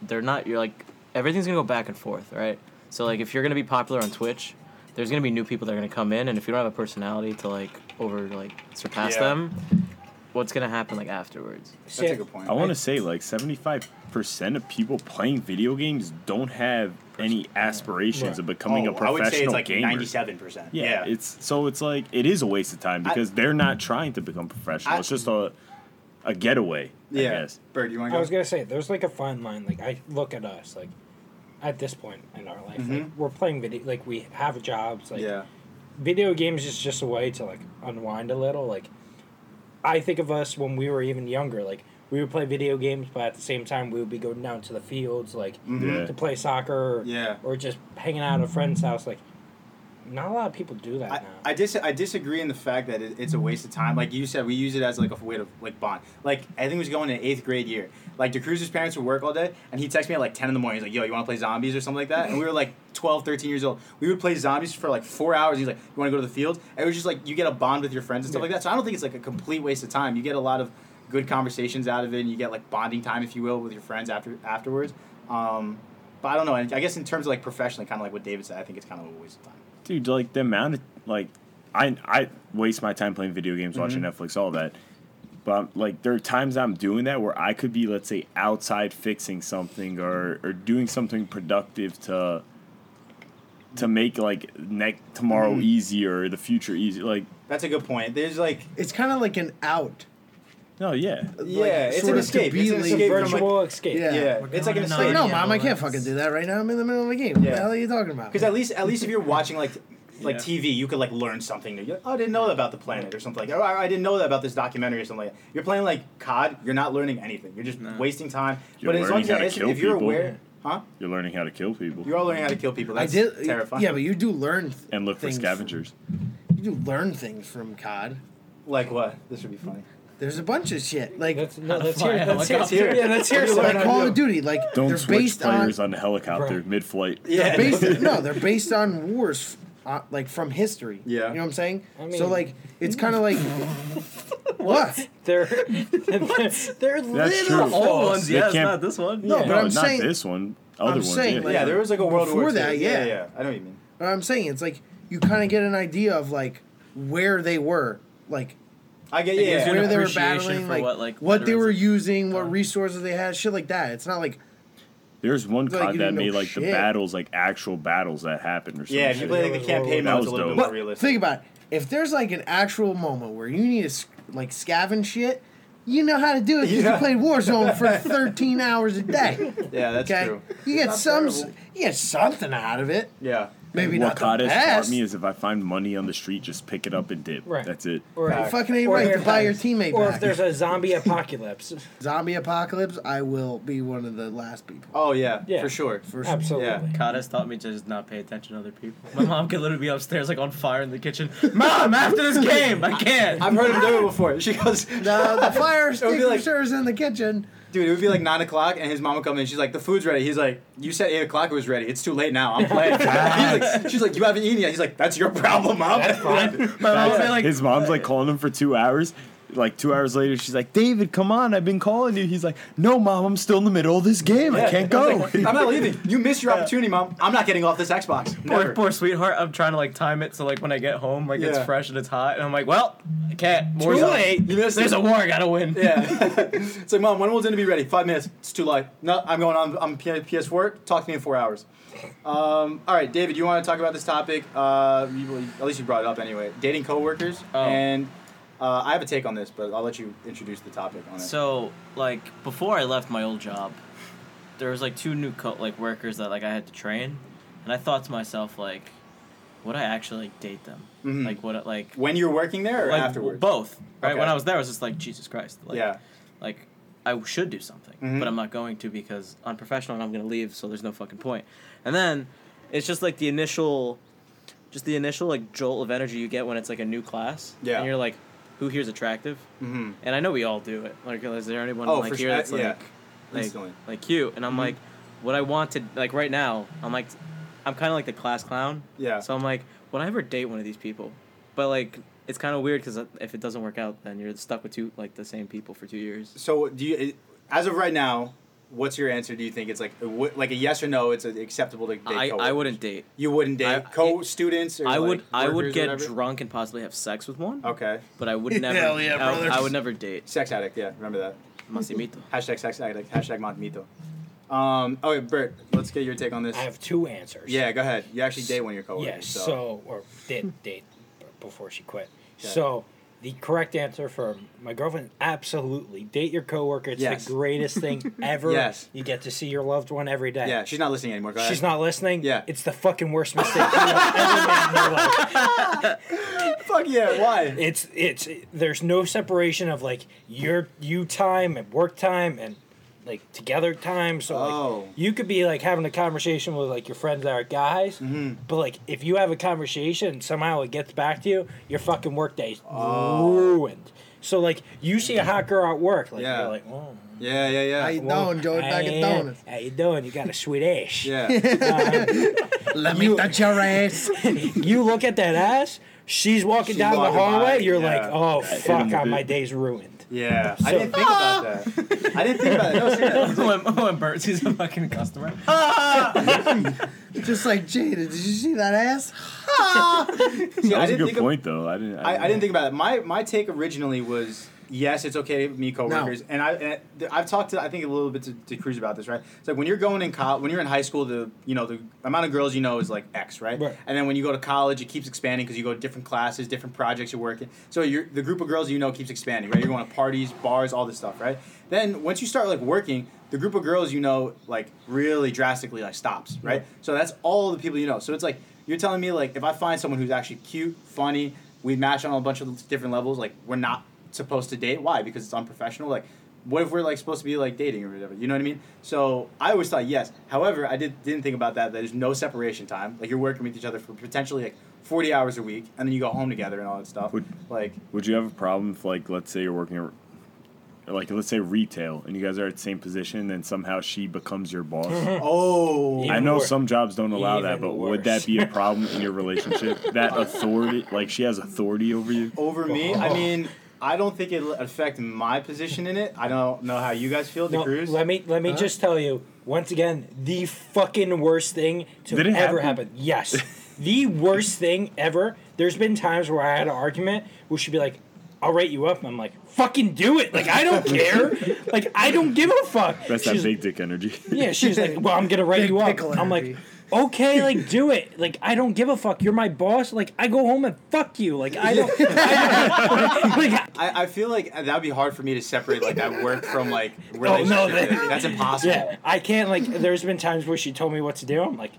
E: they're not. You're like everything's gonna go back and forth, right? So like if you're gonna be popular on Twitch, there's gonna be new people that are gonna come in, and if you don't have a personality to like over like surpass
A: Yeah.
E: them, what's gonna happen like afterwards?
A: that's a good point
B: I want to say like seventy five percent of people playing video games don't have any aspirations
C: Right.
B: of becoming a
A: Oh,
B: professional
A: i would say it's like
B: gamer.
A: 97%
B: Yeah,
A: yeah,
B: it's so it's like it is a waste of time because they're not trying to become professional.
A: I-
B: it's just a a getaway.
A: yeah.
B: I guess.
A: bird you want
C: I was
A: to go
C: gonna say, there's like a fine line. Like I look at us, like at this point in our life, like, we're playing video, like we have jobs, like
A: Mm-hmm. yeah
C: video games is just a way to like unwind a little. Like I think of us when we were even younger, like we would play video games, but at the same time we would be going down to the fields, like
B: Yeah.
C: to play soccer, or,
A: Mm-hmm. Yeah.
C: or just hanging out at a friend's house. Like not a lot of people do that
A: I,
C: now.
A: I, dis- I disagree in the fact that it, it's a waste of time. Like you said, we use it as like a way to like bond. Like I think it was going in eighth grade year. Like DeCruz's parents would work all day, and he texted me at like ten in the morning. He's like, "Yo, you want to play zombies or something like that?" And we were like 12, 13 years old. We would play zombies for like four hours. He's like, "You want to go to the field?" And it was just like you get a bond with your friends and stuff like that. So I don't think it's like a complete waste of time. You get a lot of good conversations out of it, and you get like bonding time, if you will, with your friends after afterwards. Um, but I don't know. And I guess in terms of like professionally, kind of like what David said, I think it's kind of a waste of time.
B: dude like the amount of like i i waste my time playing video games watching
A: Mm-hmm.
B: netflix all that but like there are times i'm doing that where i could be let's say outside fixing something or or doing something productive to to make like next tomorrow
A: Mm-hmm.
B: easier or the future easier like
A: That's a good point. There's like
D: It's kind of like an out.
B: no yeah
A: Yeah, it's
D: sort
A: an
D: of to
A: escape.
D: be
A: It's an
D: late.
A: escape from like,
C: Virtual escape.
D: Yeah.
A: yeah,
E: We're
A: it's like an
E: going
A: escape.
E: tonight.
D: Like, no, mom, I
E: Ambulance.
D: can't fucking do that right now. I'm in the middle of a game. What
A: Yeah.
D: the hell are you talking about?
A: Because at least, at least if you're watching like, like TV, you could like learn something new. You're like, oh, I didn't know that about the planet or something like. That. Or I I didn't know that about this documentary or something like. that. You're playing like COD. You're not learning anything. You're just wasting time.
B: You're
A: but as long
B: learning
A: as
B: how to
A: if,
B: kill
A: if you're
B: people.
A: aware, huh?
B: you're learning how to kill people
A: You're all learning how to kill people.
D: I
A: That's
D: did.
A: terrifying.
D: Yeah, but you do learn. Th-
B: and look for
D: things-
B: scavengers
D: You do learn things from COD.
A: like what? This would be
D: [LAUGHS]
A: funny.
D: There's a bunch of shit like
C: That's no,
E: to
C: that's
E: fly
C: here.
E: a
C: That's
E: helicopter.
C: here. Yeah, that's here.
A: What do you
C: son.
A: learn on
D: Call
A: you?
D: of Duty. Like
B: don't
D: they're
B: switch
D: based on
B: players on, the helicopter
C: Right.
B: mid-flight
A: [LAUGHS] Yeah.
D: based no, they're based on wars, uh, like from history.
A: Yeah.
D: you know what I'm saying.
C: I
D: so
C: mean-
D: like, it's kind
E: [LAUGHS]
D: of like what?
C: They're they're
B: That's
C: little
B: true.
C: falls.
B: They can't-
E: this one.
D: No,
C: Yeah.
D: but
B: no
D: I'm
B: not
D: saying
B: this one other
D: I'm
B: ones
D: saying,
B: yeah.
D: like,
A: Yeah, there was like a world war
D: Before
A: II.
D: that,
A: yeah,
D: yeah.
A: yeah. I know what you mean.
D: What I'm saying it's like you kind of get an idea of like where they were, like
A: I get
E: It gives you
A: yeah.
E: an
D: where they were
E: appreciation
D: battling,
E: for
D: like
E: what, like,
D: they were
E: veterans-
D: using, what resources they had, shit like that. It's not like
B: There's one
D: Like,
B: COD
D: you
B: that
D: didn't know
B: made like the
D: shit.
B: battles like actual battles that happened or something.
A: Yeah, if you play like the
C: That was
A: campaign mode, it's a little bit
B: dope.
A: more
D: but
A: realistic.
D: think about it. If there's like an actual moment where you need to sc- like scavenge shit, you know how to do it because
A: Yeah.
D: you played Warzone for 13 hours a day.
A: Yeah, that's
D: Okay,
A: true.
D: you get
A: not
D: some,
A: terrible.
D: you get something out of it.
A: Yeah.
D: Maybe not the
B: Wakata taught
D: best.
B: me is if I find money on the street, just pick it up and dip.
C: Right.
B: That's it.
C: Or
D: You fucking ain't
C: or
D: right to
C: if
D: buy your
C: there's-
D: teammate
C: Or
D: back.
C: if there's
A: [LAUGHS]
C: a zombie apocalypse.
D: Zombie apocalypse, I will be one of the
C: [LAUGHS]
D: last people.
A: Oh yeah,
C: Yeah.
A: for sure.
D: For sure.
C: Absolutely.
A: Yeah.
E: God has taught me to just not pay attention to other people. My mom could literally be upstairs, like on fire in the kitchen. Mom, after this game, I can't.
A: I've heard him do it before. She goes,
D: No, uh, the fire extinguisher
A: like-
D: is in the kitchen.
A: dude, it would be like nine o'clock, and his mom would come in. She's like, the food's ready. He's like, you said eight o'clock it was ready. It's too late now. I'm playing. He's like, she's like, you haven't eaten yet. He's like, that's your problem, mom. [LAUGHS]
E: My mom
B: That's-
E: would like,
B: his mom's
A: Uh,
B: like calling him for two hours. Like two hours later, she's like, "David, come on! I've been calling you." He's like, "No, mom, I'm still in the middle of this game. I can't
A: I was
B: go." [LAUGHS]
A: like, I'm not leaving. You missed your opportunity, mom. I'm not getting off this Xbox.
E: poor,
A: Never.
E: poor sweetheart. I'm trying to like time it so like when I get home, like it's
A: Yeah.
E: fresh and it's hot, and I'm like, well, I can't. More
A: Too
E: zom-
A: late. You missed
E: There's
A: it.
E: a war. I gotta win.
A: Yeah. it's like, mom, when will dinner be ready? Five minutes. It's too late. No, I'm going on. I'm P- PS4. Talk to me in four hours. Um, all right, David, you want to talk about this topic? Uh, you, at least you brought it up anyway. Dating coworkers.
E: Oh.
A: And uh, I have a take on this, but I'll let you introduce the topic on it.
E: So, like before I left my old job, there was like two new co- like workers that like I had to train, and I thought to myself like, would I actually like, date them?
A: Mhm.
E: Like would I like
A: when you're working there or
E: like
A: afterwards?
E: both? Right
A: Okay.
E: when I was there, I was just like Jesus Christ. Like,
A: yeah.
E: Like I should do something,
A: Mhm.
E: but I'm not going to because unprofessional and I'm gonna leave. So there's no fucking point. And then it's just like the initial, just the initial like jolt of energy you get when it's like a new class.
A: Yeah.
E: And you're like, who here's attractive?
A: Mm-hmm.
E: And I know we all do it. Like, is there anyone
A: Oh,
E: like
A: for
E: here
A: sure.
E: that's like,
A: Yeah.
E: like,
A: Instantly.
E: like cute? And I'm
A: Mhm.
E: like, what I want to like right now. I'm like, I'm kind of like the class clown.
A: Yeah.
E: So I'm like, would I ever date one of these people? But like, it's kind of weird because if it doesn't work out, then you're stuck with two like the same people for two years.
A: So do you? As of right now, what's your answer? Do you think it's like a w- like a yes or no? It's acceptable to date.
E: I, I
A: coworkers?
E: wouldn't date.
A: You wouldn't date
E: I-
A: co students.
E: I would I would get
A: drunk.
E: drunk and possibly have sex with one,
A: Okay.
E: but I [LAUGHS] would never.
D: Hell yeah,
E: I, would- I
D: brothers.
E: would never [LAUGHS] date
A: Sex addict, yeah, remember that.
E: Masimito.
A: Hashtag sex addict, hashtag Montemito. Um, okay, Bert, let's get your take on this.
C: I have two answers.
A: yeah, go ahead. You actually date one of your coworkers.
C: Yes.
A: so.
C: So. or did date b- before she quit.
A: Okay.
C: So the correct answer for my girlfriend absolutely date your coworker. It's
A: Yes.
C: the
A: [LAUGHS]
C: greatest thing ever.
A: Yes.
C: You get to see your loved one every day.
A: Yeah, she's not listening anymore. Go ahead.
C: She's not listening.
A: Yeah.
C: It's the fucking worst mistake you'll ever make in your life.
A: Fuck yeah,
C: [LAUGHS]
A: why?
C: it's it's there's no separation of like your you time and work time and like together time so
A: Oh.
C: like you could be like having a conversation with like your friends that are guys
A: Mm-hmm.
C: but like if you have a conversation and somehow it gets back to you your fucking work day's
A: Oh.
C: ruined so like you see a hot girl at work
A: Mm-hmm.
C: like
A: Yeah.
C: you're like oh,
A: Yeah, yeah, yeah.
D: How you doing, Joey? Back at Donuts.
C: how you doing you got a sweet ass
A: yeah.
D: Let me
C: You-
D: touch your ass.
C: [LAUGHS] you look at that ass she's walking
A: She's
C: down the
A: walking by,
C: hallway you're
A: yeah.
C: like oh fuck
B: with
C: my
B: it.
C: day's ruined
A: Yeah. I
C: So-
A: didn't think about that. I didn't think about it.
C: [LAUGHS]
A: No, seriously.
E: [LAUGHS] when, when Bert sees a fucking customer,
D: Just like Jada, did you see that ass?
A: See,
B: that
A: I
B: was a
A: didn't
B: good
A: think of-
B: point, though. I didn't.
A: I, I didn't think about it. My my take originally was yes, it's okay to meet coworkers, and I and th- I've talked to I think a little bit to, to Cruz about this, right? It's like when you're going in college, when you're in high school, the you know the amount of girls you know is like X, right?
C: Right.
A: And then when you go to college, it keeps expanding because you go to different classes, different projects you're working. So you're, the group of girls you know keeps expanding, right? You're going to parties, bars, all this stuff, right? Then once you start like working, the group of girls you know like really drastically like stops, right? So that's all the people you know. So it's like you're telling me like if I find someone who's actually cute, funny, we match on a bunch of different levels, like we're not supposed to date. Why? Because it's unprofessional. Like what if we're like supposed to be like dating or whatever? You know what I mean? So I always thought yes. However, I did didn't think about that. that There's no separation time. Like you're working with each other for potentially like 40 hours a week, and then you go home together and all that stuff.
B: Would-
A: like
B: Would you have a problem if, like, let's say you're working, at, like, let's say retail, and you guys are at the same position, and then somehow she becomes
C: [LAUGHS]
B: your boss?
A: oh
C: Yeah.
B: I know
C: Even wor-
B: some jobs don't allow that,
C: even
B: but
C: worse.
B: would
C: [LAUGHS]
B: that be a problem in your relationship? that authority, like, she has authority over you.
A: over me. I mean. I don't think it'll affect my position in it. I don't know how you guys feel, the
C: No,
A: cruise.
C: Let me let me
D: Huh?
C: just tell you once again the fucking worst thing to
B: Did it
C: ever
B: happen?
C: happen. Yes, the worst thing ever. There's been times where I had an argument where she'd be like, "I'll write you up," and I'm like, "Fucking do it!" Like I don't care. like I don't give a fuck.
B: That's
C: She's-
B: that big
A: [LAUGHS]
B: dick energy.
C: [LAUGHS] Yeah, she's like, "Well, I'm gonna write
D: Big
C: you up."
D: pickle
C: I'm like.
D: energy.
C: Okay,
D: [LAUGHS]
C: like do it. Like I don't give a fuck. You're my boss. Like I go home and fuck you. Like I
D: [LAUGHS]
C: don't. I don't [LAUGHS] like,
A: I, I feel like that would be hard for me to separate like that work from
C: [LAUGHS]
A: like
C: Oh, no,
A: relationship.
C: that- [LAUGHS]
A: that's impossible.
C: Yeah, I can't like. There's been times where she told me what to do. I'm like,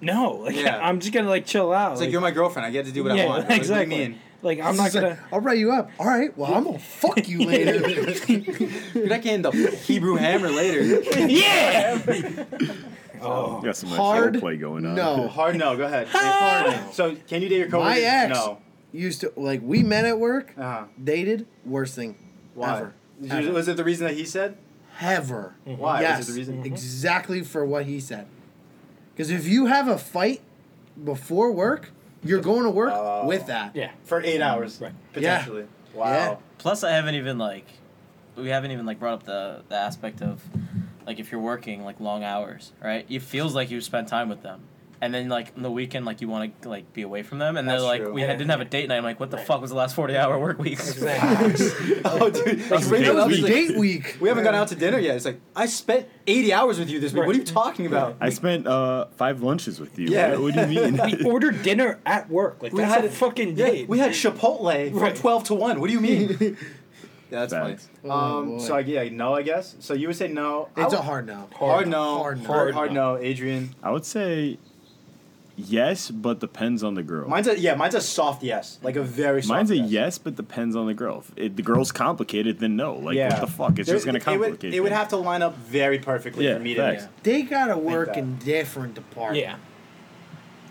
C: no, like
A: Yeah.
C: [LAUGHS] I'm just gonna like chill out.
A: It's like you're my girlfriend. I get to do what I want. Like,
C: exactly.
A: What do you mean?
C: Like I'm not
D: It's like,
C: gonna.
D: I'll write you up. All right. Well, I'm gonna fuck
C: [LAUGHS]
D: you
A: [LAUGHS]
D: later.
A: Dude, I can end up Hebrew Hammer later. [LAUGHS]
C: yeah.
B: You got some
D: Hard
B: nice play going on.
D: no.
A: Hard no. Go ahead.
D: Hard no.
A: So can you date your coworker?
D: Oh, Ah! My ex
A: No.
D: used to like we met at work,
A: Uh-huh.
D: dated. Worst thing.
A: Why?
D: Ever.
A: Did you-
D: Ever.
A: Was it the reason that he said?
D: Ever.
A: Why?
D: Yes.
A: Was it the reason?
D: Exactly for what he said. Because if you have a fight before work, you're going to work
A: Oh.
D: with that.
C: [LAUGHS] Yeah.
A: For eight hours,
C: Right.
A: potentially. Wow. [LAUGHS]
D: Yeah.
E: Plus, I haven't even like, we haven't even like brought up the the aspect of, like, if you're working like long hours, right? It feels like you spent time with them, and then like on the weekend, like you want to like be away from them, and
A: That's
E: they're like,
A: true.
E: we had, didn't have a date night. I'm like, what the
C: Right.
E: fuck was the last forty hour work week?
A: Oh, dude. you bring that
B: That's date
A: up,
D: That was
A: it's like,
D: date week.
A: we haven't gone out to dinner yet. It's like I spent eighty hours with you this week. What are you talking about?
B: I spent uh, five lunches with you.
A: Yeah.
B: What, what do you
A: [LAUGHS]
C: We
B: mean?
C: ordered dinner at work. Like that's a fucking
A: yeah,
C: date.
A: We had Chipotle from
C: Right.
A: twelve to one. What do you mean? yeah, that's
B: Facts.
A: funny.
D: Oh,
A: Um,
D: boy.
A: so I, yeah, no, I guess. So you would say no. [LAUGHS] I
D: It's a
A: would-
D: hard no.
A: hard no.
D: Hard
A: Hard no.
D: no.
A: hard no. Adrian.
B: I would say yes, but depends on the girl.
A: Mine's a yeah. Mine's a soft yes, like a very. soft
B: Mine's a
A: yes.
B: yes, but depends on the girl. If it, the girl's complicated, then no. Like,
A: Yeah.
B: what the fuck? It's
A: There-
B: just going to
A: it would-
B: complicate
A: It would
B: things.
A: have to line up very perfectly
B: Yeah,
A: for me
B: facts.
A: to.
D: They gotta work
A: that.
D: in different departments.
C: Yeah.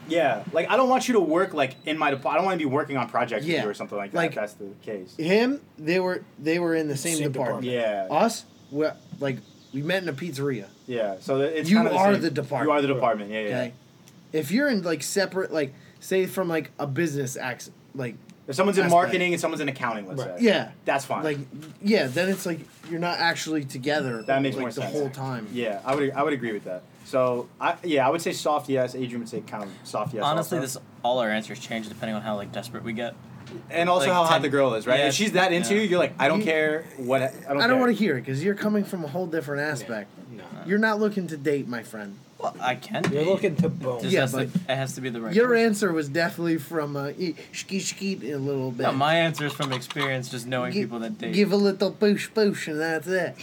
A: Yeah, like I don't want you to work like in my. Dep- I don't want to be working on projects with
D: Yeah.
A: you or something like that.
D: Like-
A: if that's the case.
D: Him, they were they were in the same,
C: Same
D: department.
A: Yeah.
D: Us, we like we met in a pizzeria.
A: Yeah. So that- it's
D: You
A: kinda
D: are
A: same.
D: the department.
A: You are the department. Yeah, yeah.
D: Okay. If you're in like separate, like say from like a business accent, like
A: If someone's in
D: Aspect.
A: marketing and someone's in accounting, let's
C: Right.
A: say.
D: yeah,
A: That's fine.
D: like yeah, then it's like you're not actually together.
A: That makes
D: like,
A: more
D: the
A: sense.
D: whole time.
A: yeah, I would I would agree with that. So I yeah I would say soft yes. Adrian would say kind of soft yes.
E: [LAUGHS] Honestly,
A: also.
E: this all our answers change depending on how like desperate we get.
A: and also
E: like,
A: how hot
E: ten-
A: the girl is, right?
E: yeah,
A: if she's that into
E: yeah.
A: you, you're like I don't
D: You-
A: care what I don't.
D: I don't
A: care.
D: want to hear it because you're coming from a whole different aspect.
C: No.
D: You're not looking to date, my friend.
E: Well, I can.
C: You're
E: be.
C: looking to
E: Just
C: bone.
D: Yeah,
E: has to-
D: but
E: it has to be the right.
D: Your
E: person.
D: answer was definitely from uh, e- shki shki a little bit.
E: No, my answer is from experience, just knowing
D: Gi-
E: people that date.
D: Give a little boosh boosh and
A: [LAUGHS]
D: that's it.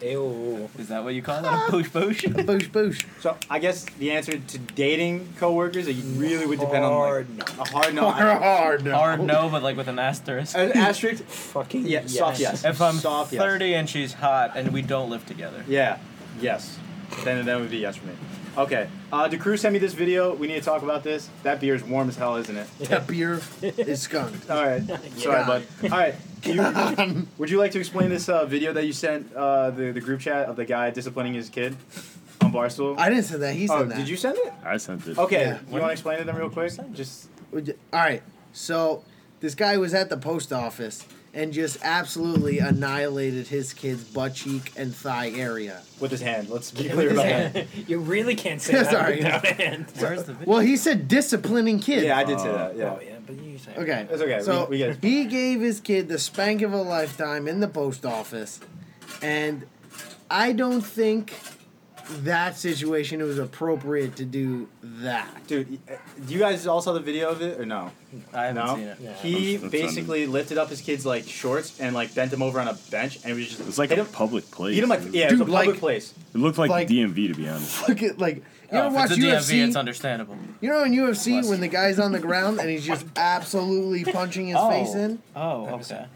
C: Ew.
E: is that what you
D: [LAUGHS]
E: call that? A push push?
D: A boosh boosh.
A: So I guess the answer to dating coworkers it really would depend
C: Hard
A: on
C: no.
A: like a hard no.
D: Or a hard no.
E: Hard no, but like with an asterisk.
A: An asterisk.
C: Fucking
A: Yeah,
C: yes.
A: soft
C: [LAUGHS]
A: yes.
E: If I'm
A: Soft yes.
E: 30 and she's hot and we don't live together.
A: Yeah. Yes. Then that would be yes for me. Okay. Uh, DeCrew sent me this video. We need to talk about this. That beer is warm as hell, isn't
D: [LAUGHS]
A: it?
D: That beer is skunked.
A: All right. Sorry,
D: [LAUGHS]
A: bud. All right. Can you, would you like to explain this uh, video that you sent uh, the the group chat of the guy disciplining his kid on Barstool?
D: I didn't say that. He said
A: oh,
D: that.
A: did you send it?
B: I sent it.
A: Okay.
D: Yeah.
A: You want to explain it then real quick? Just
D: Would you- All right. So this guy was at the post office and just absolutely annihilated his kid's butt cheek and thigh area.
A: with his hand. Let's be
D: with
A: clear
D: his
A: about
D: hand.
A: that.
C: you really can't say that
D: Sorry.
A: [LAUGHS]
C: without hand.
E: Where's the video?
D: Well, he said disciplining kids.
A: Yeah, I did say that. Yeah.
C: Oh yeah, but you say
D: Okay.
A: It's okay.
D: So
A: We- we get it.
D: he gave his kid the spank of a lifetime in the post office, and I don't think that situation it was appropriate to do that.
A: Dude, uh, do you guys all saw the video of it or no?
E: I haven't
A: No.
E: seen it.
C: Yeah.
A: He
B: I'm- I'm
A: basically lifted up his kid's like shorts and like bent him over on a bench and was just
B: It's like
A: hit
B: a
A: him,
B: public place.
A: hit him like
B: dude.
A: yeah,
D: Dude,
A: it was a public
D: like-
A: place.
B: It looked like,
D: Like-
B: DMV, to be honest.
D: [LAUGHS] Look at like you ever
E: Oh, if
D: watch
E: it's a
D: UFC?
E: DMV, it's understandable.
D: You know in UFC
E: Bless
D: when the
E: you.
D: guy's on the ground and he's
E: [LAUGHS]
D: just absolutely punching his face in?
E: Oh, okay.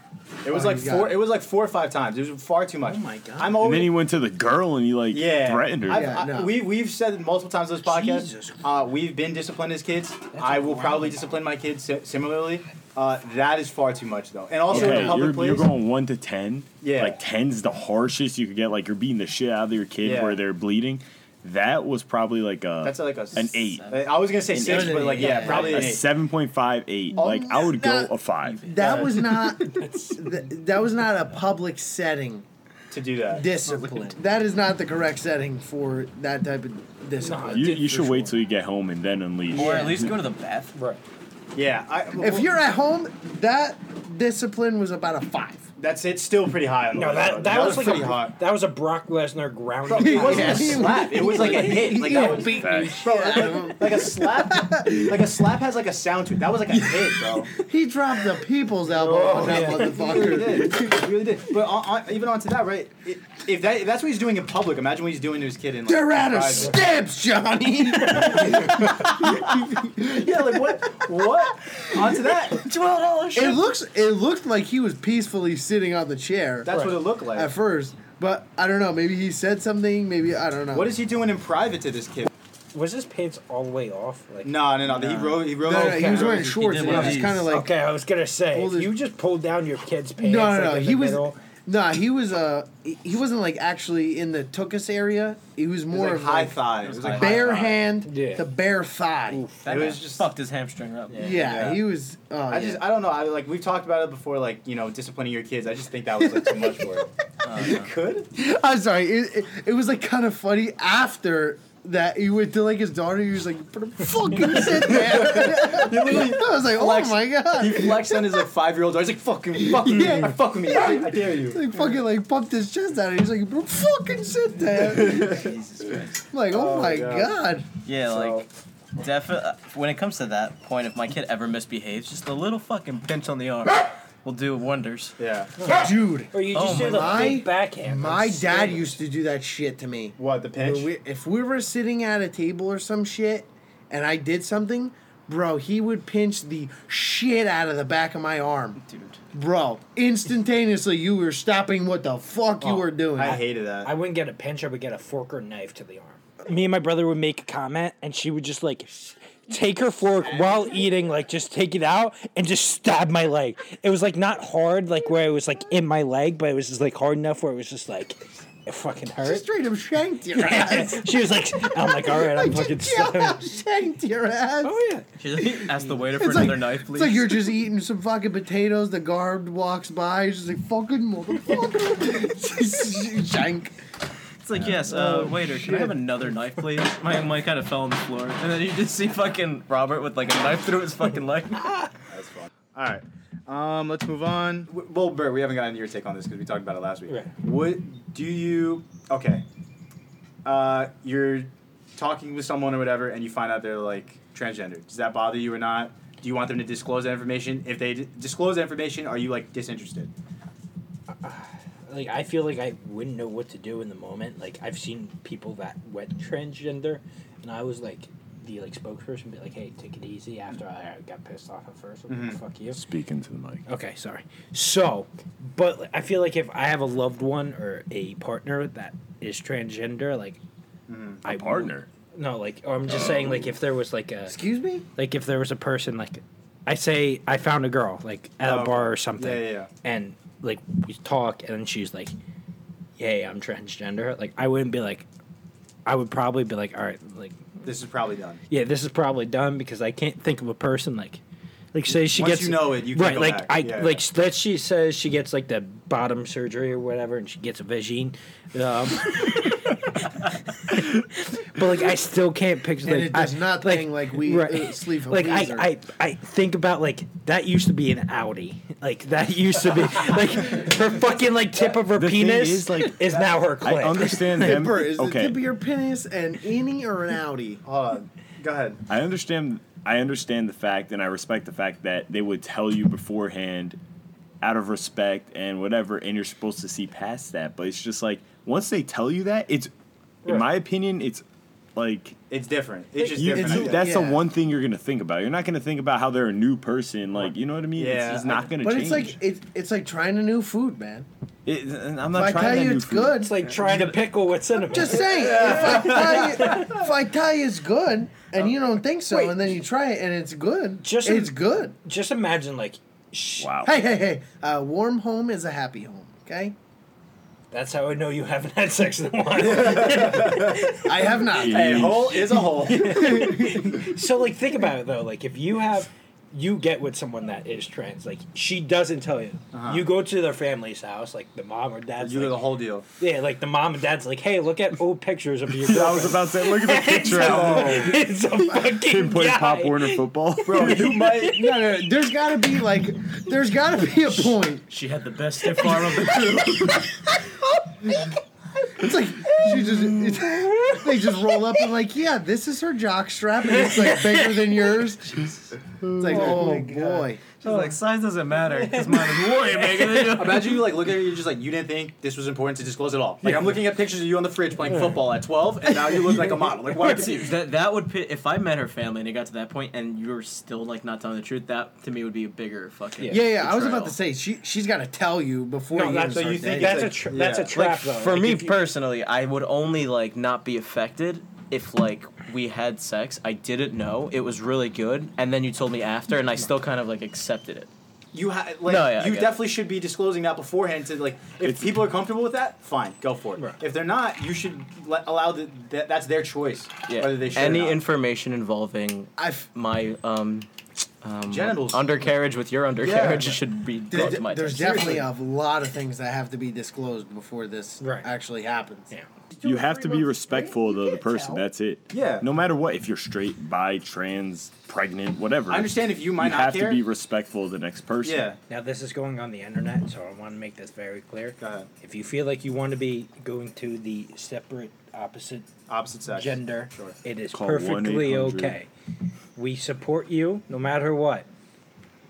A: It was
D: Oh,
A: like
D: you got
A: four.
D: it.
A: It was like four or five times. It was far too much.
C: Oh my God.
A: I'm
B: And then
A: always
B: he went to the girl and he like
A: yeah.
B: threatened her.
A: I've-
D: Yeah,
A: I-
D: no.
A: we we've said multiple times on this podcast.
C: Jesus.
A: Uh, we've been disciplined as kids. I will
C: wild.
A: probably discipline my kids si- similarly. Uh, that is far too much though, and also in
B: Okay,
A: a
B: you're,
A: public
B: you're
A: place.
B: going one to ten.
A: Yeah.
B: like ten's the harshest you could get. Like you're beating the shit out of your kid
A: Yeah.
B: where they're bleeding. That was probably like a
A: That's like a
B: an eight,
A: Uh, I was gonna say six,
D: eight.
A: but like yeah,
D: Yeah.
A: probably
B: a
A: an eight. Oh,
B: seven point five eight. like I would go
D: that-
B: a five.
D: That was
E: [LAUGHS]
D: not th- that was not a public setting
A: to do that.
D: discipline. That is not the correct setting for that type of discipline.
B: You,
C: Dude,
B: you
C: for
B: should wait
C: sure.
B: till you get home and then unleash.
E: Or at least go to the bathroom.
C: Right.
A: Yeah, I,
D: If you're at home, that discipline was about a 5.
A: That's it's still pretty high on the
C: No,
A: list, though.
C: that, that was, like
A: pretty
C: a,
A: hot.
C: that was a Brock Lesnar
A: [LAUGHS]
C: ground.
A: Bro, it wasn't
D: Yes.
A: a slap. It was like a hit. Like that was
D: beat
B: Facts.
A: bro, like, like a slap. Like a slap has like a sound to it. That was like a hit, bro.
D: He dropped the people's elbow
E: Oh,
D: on that
A: He really
D: motherfucker.
A: did. He really did. But on, on, even onto that, right? i- If that if that's what he's doing in public, imagine what he's doing to his kid in like.
D: They're out of
A: private.
D: steps,
E: [LAUGHS]
D: Johnny.
A: Yeah, like what? What? onto that. Twelve dollars.
D: it looks. It looked like he was peacefully sitting on the chair
A: That's what it looked like.
D: at first, but I don't know. Maybe he said something. Maybe I don't know.
A: What is he doing in private to this kid?
C: Was his pants all the way off? Like,
A: No, no, no. He rode. He
D: No,
A: rode.
D: no,
A: okay.
D: he was wearing
E: He
D: shorts. and
E: did one
D: it
E: of
D: was
E: these.
D: kind of like
C: okay, I was gonna say
D: Hold
C: if
D: it-
C: you just pulled down your kid's pants.
D: no, no,
C: like,
D: no.
C: in
D: He
C: the
D: was
C: middle,
D: nah. He was uh. He he wasn't like actually in the tukus area. He was
A: It was
D: more
A: like
D: of
A: high
D: like
A: thigh. It was like
D: bare
A: high thigh.
D: hand
C: Yeah.
D: to bare thigh.
E: That
A: It
E: guy
A: was just-
E: fucked his hamstring up.
D: Yeah,
A: [LAUGHS] Yeah.
D: he was. Oh,
A: I
D: yeah. [LAUGHS]
A: just I don't know. I like we've talked about it before. Like you know, disciplining your kids. I just think that was like too much Uh, work. you could.
D: I'm sorry. It, it, it was like kind of funny after that. He went to like his daughter. He was like, "Put a fucking
A: [LAUGHS]
D: sit there." [LAUGHS] I was like, "Oh
A: Flex.
D: my
A: He
D: god!"
A: flexed on his like five year old daughter. He's like fucking fuck me.
D: Yeah.
A: I fuck with me. I, I dare you.
D: [LAUGHS] Like fucking like pumped his chest out. He's like, "Put a fucking sit
A: [LAUGHS]
D: there."
E: Jesus Christ.
D: I'm like, oh,
A: Oh,
D: my
A: God.
D: god.
E: Yeah,
A: So-
E: like. Definitely, when it comes to that point, if my kid ever misbehaves, just a little fucking pinch on the arm will do
A: [LAUGHS]
E: wonders.
A: Yeah.
D: dude,
C: or you
E: Oh
C: just
E: my-
C: do the
D: My-
C: big backhand.
D: my
C: That's
D: dad
C: scary.
D: used to do that shit to me.
A: What the pinch?
D: When we- if we were sitting at a table or some shit, and I did something, bro, he would pinch the shit out of the back of my arm.
E: Dude.
D: Bro, instantaneously, you were stopping what the fuck you
C: Oh,
D: were doing.
A: I hated that.
C: I wouldn't get a pinch. I would get a fork or knife to the arm. Me and my brother would make a comment, and she would just like s- take her fork while eating, like just take it out and just stab my leg. It was like not hard, like where it was like in my leg, but it was just like hard enough where it was just like it fucking
D: I
C: hurt.
D: straight up shanked your ass.
C: [LAUGHS] she was like, I'm like, all right,
D: [LAUGHS] I
C: I'm fucking
D: just
C: stabbed.
D: [LAUGHS] yeah, shanked your ass.
C: Oh yeah.
E: Just ask the waiter for
D: It's like,
E: another knife, please.
D: it's like you're just eating some fucking potatoes. The guard walks by. He's just like, fucking motherfucker. [LAUGHS] Shank.
E: It's like, yes,
A: Oh,
E: uh, waiter, can I have another knife, please? My, my kind of fell on the floor. And then you just see fucking Robert with like a knife through his fucking leg.
A: That's fun. All right. Um, let's move on. W- Well, Bert, we haven't gotten your take on this because we talked about it last week.
C: Right.
A: What do you? Okay. Uh, you're talking with someone or whatever, and you find out they're like transgender. Does that bother you or not? Do you want them to disclose that information? If they d- disclose that information, are you like disinterested?
C: like I feel like I wouldn't know what to do in the moment. Like I've seen people that went transgender, and I was like the like spokesperson, be like, "Hey, take it easy." After I got pissed off at 1st fuck you.
B: Speaking to the mic.
C: Okay, sorry. So, but I feel like if I have a loved one or a partner that is transgender, like I
B: A partner.
C: would- no, like or I'm just saying, like if there was like a
D: Excuse me?
C: like if there was a person like I say I found a girl like at
A: Oh,
C: a
A: okay.
C: bar or something.
A: Yeah, yeah, yeah.
C: And like we talk and she's like, "Hey, I'm transgender." Like I wouldn't be like I would probably be like, "All right, like
A: This is probably done.
C: yeah, this is probably done because I can't think of a person like like say she
A: Once
C: gets
A: you know it, you can't
C: right
A: go
C: like
A: back.
C: I
A: Yeah,
C: like
A: yeah.
C: that she says she gets like the bottom surgery or whatever and she gets a vagine. Um, [LAUGHS] but like I still can't picture
D: And
C: like,
D: it does
C: I,
D: not
C: like,
D: thing like we
C: right.
D: uh, sleeve a
C: like
D: weezer.
C: I, I I think about like that used to be an Audi. Like that used to be [LAUGHS] like her fucking like tip of her
B: The thing
C: penis is,
B: is, like,
C: now her
B: I
C: clit.
E: [LAUGHS]
B: understand
D: Hey,
B: them.
D: Bert, is the
B: okay.
D: tip of your penis an innie or an outie?
A: Hold on. Go ahead.
B: I understand. I understand the fact, and I respect the fact that they would tell you beforehand, out of respect and whatever, and you're supposed to see past that. But it's just like once they tell you that, it's, in
C: Right.
B: my opinion, it's like
A: It's different. It's just
B: you,
A: different.
B: it's-
A: I guess.
B: that's
D: Yeah.
B: the one thing you're gonna think about. You're not gonna think about how they're a new person. Like you know what I mean?
A: Yeah,
B: it's just
A: I-
B: not gonna
D: But
B: change.
D: it's like it, it's like trying a new food, man.
B: It- and I'm
D: If
B: not
D: I
B: trying
D: tell
B: that
D: you
B: new
D: it's
B: food.
D: good,
C: it's like trying to pickle what's in a
D: just say if I tell you if I tell you it's good and you don't think so,
C: Wait.
D: and then you try it and it's good,
C: Just-
D: it's good.
C: just imagine like sh-
B: Wow.
D: Hey, hey, hey! A warm home is a happy home. Okay,
C: that's how i know you haven't had sex in a while
D: I have not.
A: [LAUGHS]
B: Yeah.
A: a hole is a hole.
C: so like think about it though like if you have you get with someone that is trans. Like she doesn't tell you.
A: Uh-huh.
C: You go to their family's house, like the mom or dad's.
A: you
C: like,
A: do the whole deal.
C: yeah, like the mom and dad's like, hey, look at old pictures of your.
B: I was about to say, look
D: [LAUGHS]
B: at the
C: it's,
B: picture.
C: a,
B: of
C: it's a fucking
B: him playing
C: guy.
B: Pop Warner football.
A: Bro, you might.
C: [LAUGHS]
D: No, no, no, there's gotta be like, there's gotta be a point.
F: She had the best stiff arm of the crew.
D: It's like she just it's, they just roll up and like, yeah, this is her jock strap and it's like bigger than yours. It's like, oh, boy.
F: She's like, size doesn't matter because mine is way bigger than yours.
A: Imagine you like look at it, you're just like you didn't think this was important to disclose at all. Like I'm looking at pictures of you on the fridge playing football at 12, and now you look like a model.
E: [LAUGHS]
A: Like what's you?
E: That that would pi- if I met her family and it got to that point and you were still like not telling the truth, that to me would be a bigger fucking.
D: Yeah, yeah. I was about to say
E: betrayal.
D: she she's gotta tell you before
C: No,
D: you
C: that's-
D: even
C: so
D: start
A: you think
D: dating.
C: That's a
A: like-
C: tra-
A: yeah.
C: that's a trap
E: Like
C: though.
E: for
C: Like,
E: me
C: if you-
E: personally, I would only like not be affected if like we had sex. I didn't know it was really good, and then you told me after, and I still kind of like accepted it.
A: You ha- like
E: No, yeah, I
A: you
E: get
A: definitely should be disclosing that beforehand to like if
B: It's-
A: people are comfortable with that, fine, go for it.
C: Right.
A: If they're not, you should let, allow the, that that's their choice
E: Yeah.
A: whether they should.
E: Any
A: or not.
E: information involving
D: I've
E: my um, um
A: Genitals.
E: undercarriage with your undercarriage should be
D: there-
E: brought to my
D: there's
E: attention.
D: definitely a lot of things that have to be disclosed before this
C: Right.
D: actually happens.
C: Yeah.
B: you have to be respectful of the other person. That's it.
A: Yeah.
B: No matter what, if you're straight, bi, trans, pregnant, whatever.
A: I understand if you might
B: you
A: not
B: have
A: care.
B: to be respectful of the next person.
A: yeah.
C: Now this is going on the internet, so I want to make this very clear.
A: Go ahead.
C: If you feel like you want to be going to the separate opposite
A: Opposite sex.
C: gender,
A: Sure.
C: it is
B: Call
C: perfectly
B: 1-800.
C: okay. We support you no matter what.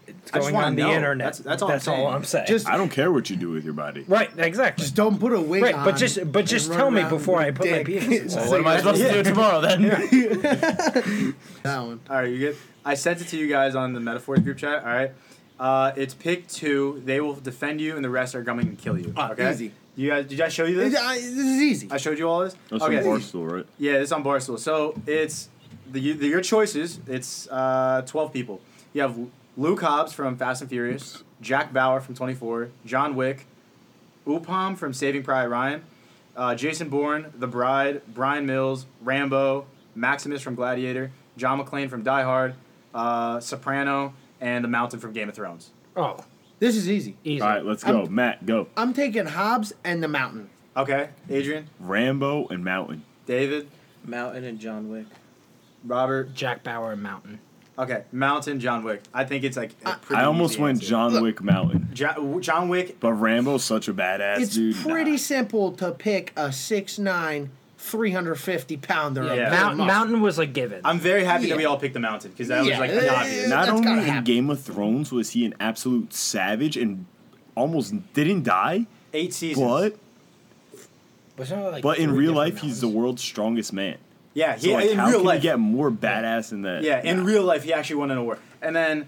C: It's
A: I just
C: going
A: wanna
C: on the
A: know.
C: internet.
A: That's- that's all I'm saying.
D: Just-
B: I don't care what you do with your body.
C: right, exactly.
D: Just don't put a wig
C: Right,
D: on.
C: but just- but
D: and
C: just
D: run
C: tell me
D: around
C: before
D: with
C: I
D: a
C: put my
D: dick. [LAUGHS]
C: penis in.
D: It's
E: Well,
D: like
E: what am I supposed to do tomorrow then?
D: that one?
A: All right, you good? I sent it to you guys on the metaphors group chat. All right, uh, it's pick two. They will defend you, and the rest are coming and kill you.
D: Ah,
A: Okay.
D: easy.
A: You guys, did I show you this?
D: It- I- this is easy.
A: I showed you all this.
B: That's
A: okay.
B: from Barstool, right?
A: Yeah, it's on Barstool. So it's the, you- the your choices. It's uh, twelve people. You have Luke Hobbs from Fast and Furious, Jack Bauer from Twenty Four, John Wick, Upam from Saving Private Ryan, uh, Jason Bourne, The Bride, Brian Mills, Rambo, Maximus from Gladiator, John McClane from Die Hard, uh, Soprano, and The Mountain from Game of Thrones.
C: oh,
D: This is easy.
C: easy.
B: All right, let's go. Matt, go.
D: I'm taking Hobbs and the Mountain.
A: Okay, Adrian,
B: Rambo and Mountain.
A: David,
E: Mountain and John Wick.
A: Robert.
C: Jack Bauer and Mountain.
A: Okay, Mountain, John Wick. I think it's like a pretty
B: I almost
A: easy
B: went
A: answer.
B: John Wick Mountain,
A: Jo- John Wick
B: but Rambo's such a badass
D: it's
B: dude.
D: pretty
B: Nah.
D: simple to pick a 6'9", 350 pounder.
A: Yeah.
D: Yeah.
C: Mountain, Mountain was a given.
A: I'm very happy
D: Yeah.
A: that we all picked the mountain because that was
D: Yeah.
A: like
D: Uh,
A: an obvious.
D: uh,
B: Not
D: That's gotta
B: only in
D: happen.
B: Game of Thrones was he an absolute savage and almost didn't die,
A: Eight seasons.
B: but
C: Wasn't it like
B: but in
C: three
B: real
C: different
B: life he's the
C: mountains?
B: world's strongest man.
A: Yeah, he
B: So like,
A: in
B: how
A: real
B: can
A: life.
B: you get more badass than that?
A: yeah, in
B: Nah.
A: real life, he actually won an award. And then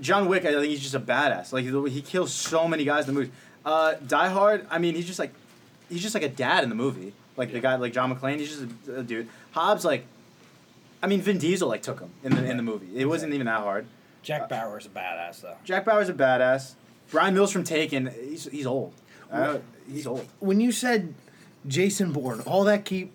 A: John Wick, I think he's just a badass. Like he- he kills so many guys in the movies. Uh, Die Hard, I mean, he's just like he's just like a dad in the movie. Like the guy, like John McClane, he's just a, a dude. Hobbs, like, I mean, Vin Diesel like took him in the in the movie. It wasn't even that hard.
C: Jack Bauer's a badass though.
A: Jack Bauer's a badass. Brian Mills from Taken, he's he's old. Uh, he's old.
D: When you said Jason Bourne, all that keep...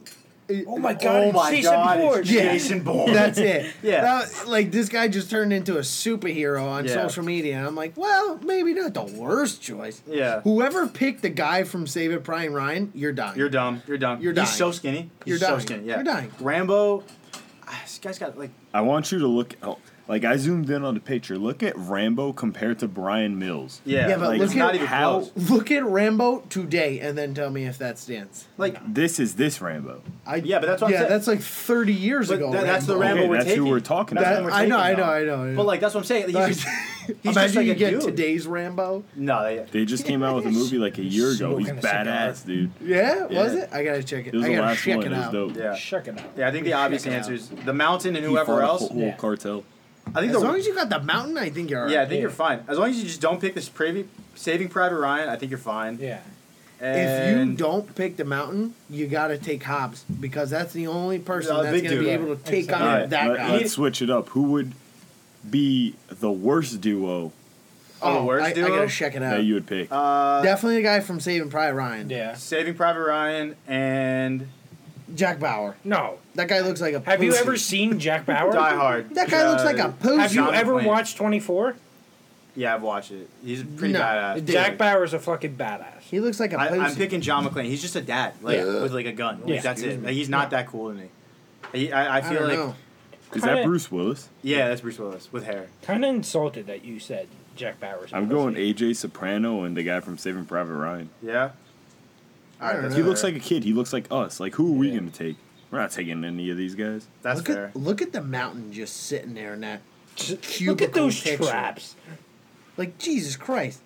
C: Oh my god!
A: Oh
C: it's
A: my
C: Jason
A: God!
C: Bourne.
A: It's
D: Yeah.
A: Jason Bourne.
D: [LAUGHS] That's it.
A: Yeah.
D: That- like, this guy just turned into a superhero on
A: Yeah.
D: social media. And I'm like, well, maybe not the worst choice.
A: Yeah.
D: Whoever picked the guy from Save It, Brian Ryan, you're done.
A: You're dumb. You're dumb.
D: You're
A: He's
D: dying.
A: so skinny.
D: You're
A: He's so
D: dying.
A: skinny. Yeah.
D: You're dying.
A: Rambo. ah, This guy's got like.
B: I want you to look oh, like I zoomed in on the picture. Look at Rambo compared to Brian Mills.
A: Yeah.
D: Yeah, but
A: like,
D: look
A: it's
D: at
A: not even
B: how-
A: close.
D: Look at Rambo today and then tell me if that stands.
A: Like.
B: This is this Rambo.
D: I,
A: Yeah, but that's what I'm
D: yeah,
A: saying.
D: that's like 30 years
A: But
D: ago.
A: that- that's the Rambo
B: Okay,
A: we're
B: that's
A: taking.
B: who we're talking
A: That's
B: about.
A: what we're
D: I
A: taking
D: know, I know,
A: now.
D: I know, I know.
A: But like that's what I'm saying. He's [LAUGHS]
D: [LAUGHS]
A: just, he's
D: Imagine
A: just like
D: you
A: a
D: get
A: dude.
D: today's Rambo.
A: No, they,
B: They just came out with a movie like a year ago. He's
C: Smoking a cigar.
B: badass, dude.
D: Yeah, was
A: Yeah.
D: it? I gotta check it.
B: It was
D: I
B: the
D: gotta
B: last
D: check
B: one.
D: it
B: It was
D: out.
B: dope.
A: yeah.
C: Check it out.
A: Yeah, I think the obvious
D: Check it out.
A: answers: the mountain and
B: He fought
A: whoever
B: a
A: else.
B: Whole
C: Yeah.
B: cartel.
A: I think
D: As
A: the.
D: long as you got the mountain, I think you're.
A: yeah, I
D: alright.
A: think you're fine. As long as you just don't pick this privy, Saving Private Ryan, I think you're fine.
C: Yeah.
D: If
A: And
D: you don't pick the mountain, you gotta take Hobbs because that's the only person
A: Uh,
D: that's
A: big
D: gonna
A: dude.
D: be able to take
C: Exactly.
D: on
B: All right,
D: that
B: let,
D: guy.
B: us switch it up. Who would be the worst duo
A: Oh, the worst
D: I, I
A: duo?
D: gotta check it out.
B: that you would pick?
A: uh,
D: Definitely the guy from Saving Private Ryan.
C: Yeah.
A: Saving Private Ryan and
D: Jack Bauer.
C: No.
D: That guy looks like a.
C: Have you
D: pussy.
C: ever seen Jack [LAUGHS] Bauer?
A: Die Hard.
D: That guy looks like a pussy.
C: Have you
A: John
C: ever
A: McClane.
C: watched 24?
A: Yeah, I've watched it. He's pretty
D: No.
A: badass.
D: Dude.
C: Jack Bauer's a fucking badass.
D: He looks like a
A: I,
D: pussy.
A: I'm picking John McClane. He's just a dad, like
D: Yeah.
A: with like a gun. Like,
C: Yeah.
A: that's it. Like, he's not that cool to me. He, I, I
D: I
A: feel
D: don't
A: like
D: know.
B: Is
C: Kinda-
B: that Bruce Willis?
A: yeah, that's Bruce Willis with hair.
C: Kind of insulted that you said Jack Bauer's. a
B: I'm going
C: pussy.
B: AJ Soprano and the guy from Saving Private Ryan.
A: Yeah.
D: I don't
B: He
D: know.
B: looks like a kid. He looks like us. Like who are we
C: Yeah.
B: gonna take? We're not taking any of these guys.
A: That's
D: Look
A: fair.
D: at, look at the mountain just sitting there in that.
C: Look at
D: cubicle
C: those
D: picture.
C: traps.
D: Like, Jesus Christ.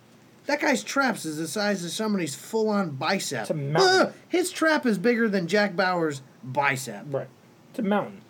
D: That guy's traps is the size of somebody's full on bicep.
C: It's a mountain.
D: Ugh, his trap is bigger than Jack Bauer's bicep.
C: Right. It's a mountain.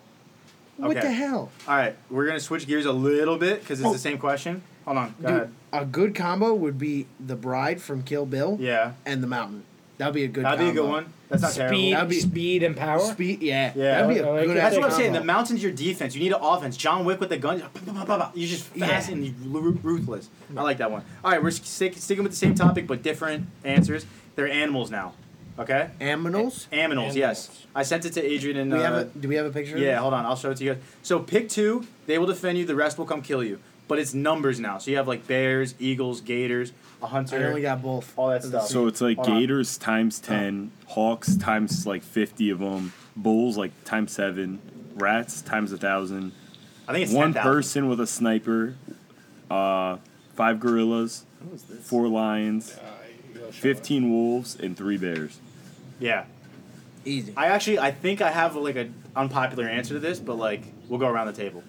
D: What
A: Okay.
D: the hell?
A: All right, we're gonna switch gears a little bit because it's
D: Oh.
A: the same question. Hold on. Go
D: Dude,
A: ahead.
D: a good combo would be the bride from Kill Bill
A: Yeah.
D: and the mountain. That'd be a good
A: That'd be a good
D: combo.
A: one. That's not
C: Speed,
A: terrible.
D: That'd be-
C: speed, and power.
D: Speed, yeah.
A: Yeah.
D: That'd be
C: I
D: a
C: like
D: good
C: it.
A: That's
D: ass
A: what I'm
D: combo.
A: saying. The mountain's your defense. You need an offense. John Wick with the gun. bah, bah, bah, bah. You're just fast
D: Yeah.
A: and you ru- ruthless. I like that one. All right, we're stick, sticking with the same topic but different answers. They're animals now. Okay.
D: Aminals?
A: Aminals, yes.
C: Aminals.
A: I sent it to Adrian and
D: Do we have
A: uh,
D: a do we have a picture? of
A: yeah.
D: it?
A: Hold on, I'll show it to you guys. So pick two. They will defend you. The rest will come kill you. But it's numbers now. So you have like bears, eagles, gators, a hunter.
D: I only got both.
A: all that stuff.
B: So it's like
A: Hold on.
B: Gators times ten, Hawks times like fifty of them, Bulls like times seven, Rats times a thousand,
A: I think it's
B: one
A: 10,000.
B: person with a sniper, uh, five gorillas, four lions, fifteen wolves, and three bears.
A: Yeah.
D: Easy.
A: I actually I think I have like an unpopular answer to this, but like we'll go around the table.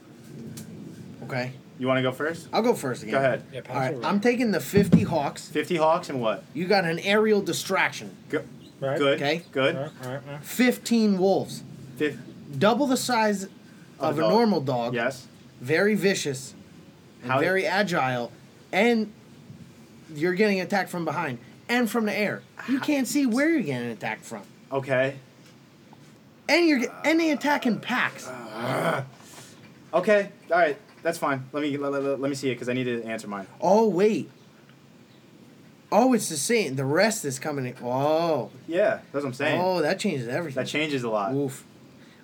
D: Okay.
A: You want to go first?
D: I'll go first again.
A: Go ahead.
C: Yeah,
D: All right.
C: power.
D: I'm taking the 50 Hawks.
A: Fifty hawks and what?
D: You got an aerial distraction.
A: Go-
C: right?
A: Good.
D: Okay.
A: Good.
C: All right, all right, all right.
D: 15 wolves.
A: Fif-
D: Double the size
A: Of
D: of
A: a
D: a
A: dog.
D: normal dog.
A: yes.
D: Very vicious. And
A: How-
D: very agile. And you're getting attacked from behind and from the air. You can't see where you're getting attacked from.
A: Okay.
D: And you're get- and they attack in packs.
A: Okay. All right. That's fine. Let me let, let, let me see it because I need to answer mine.
D: Oh wait. Oh, it's the same. The rest is coming in. Oh.
A: Yeah, that's what I'm saying.
D: Oh, that changes everything.
A: That changes a lot.
D: Oof.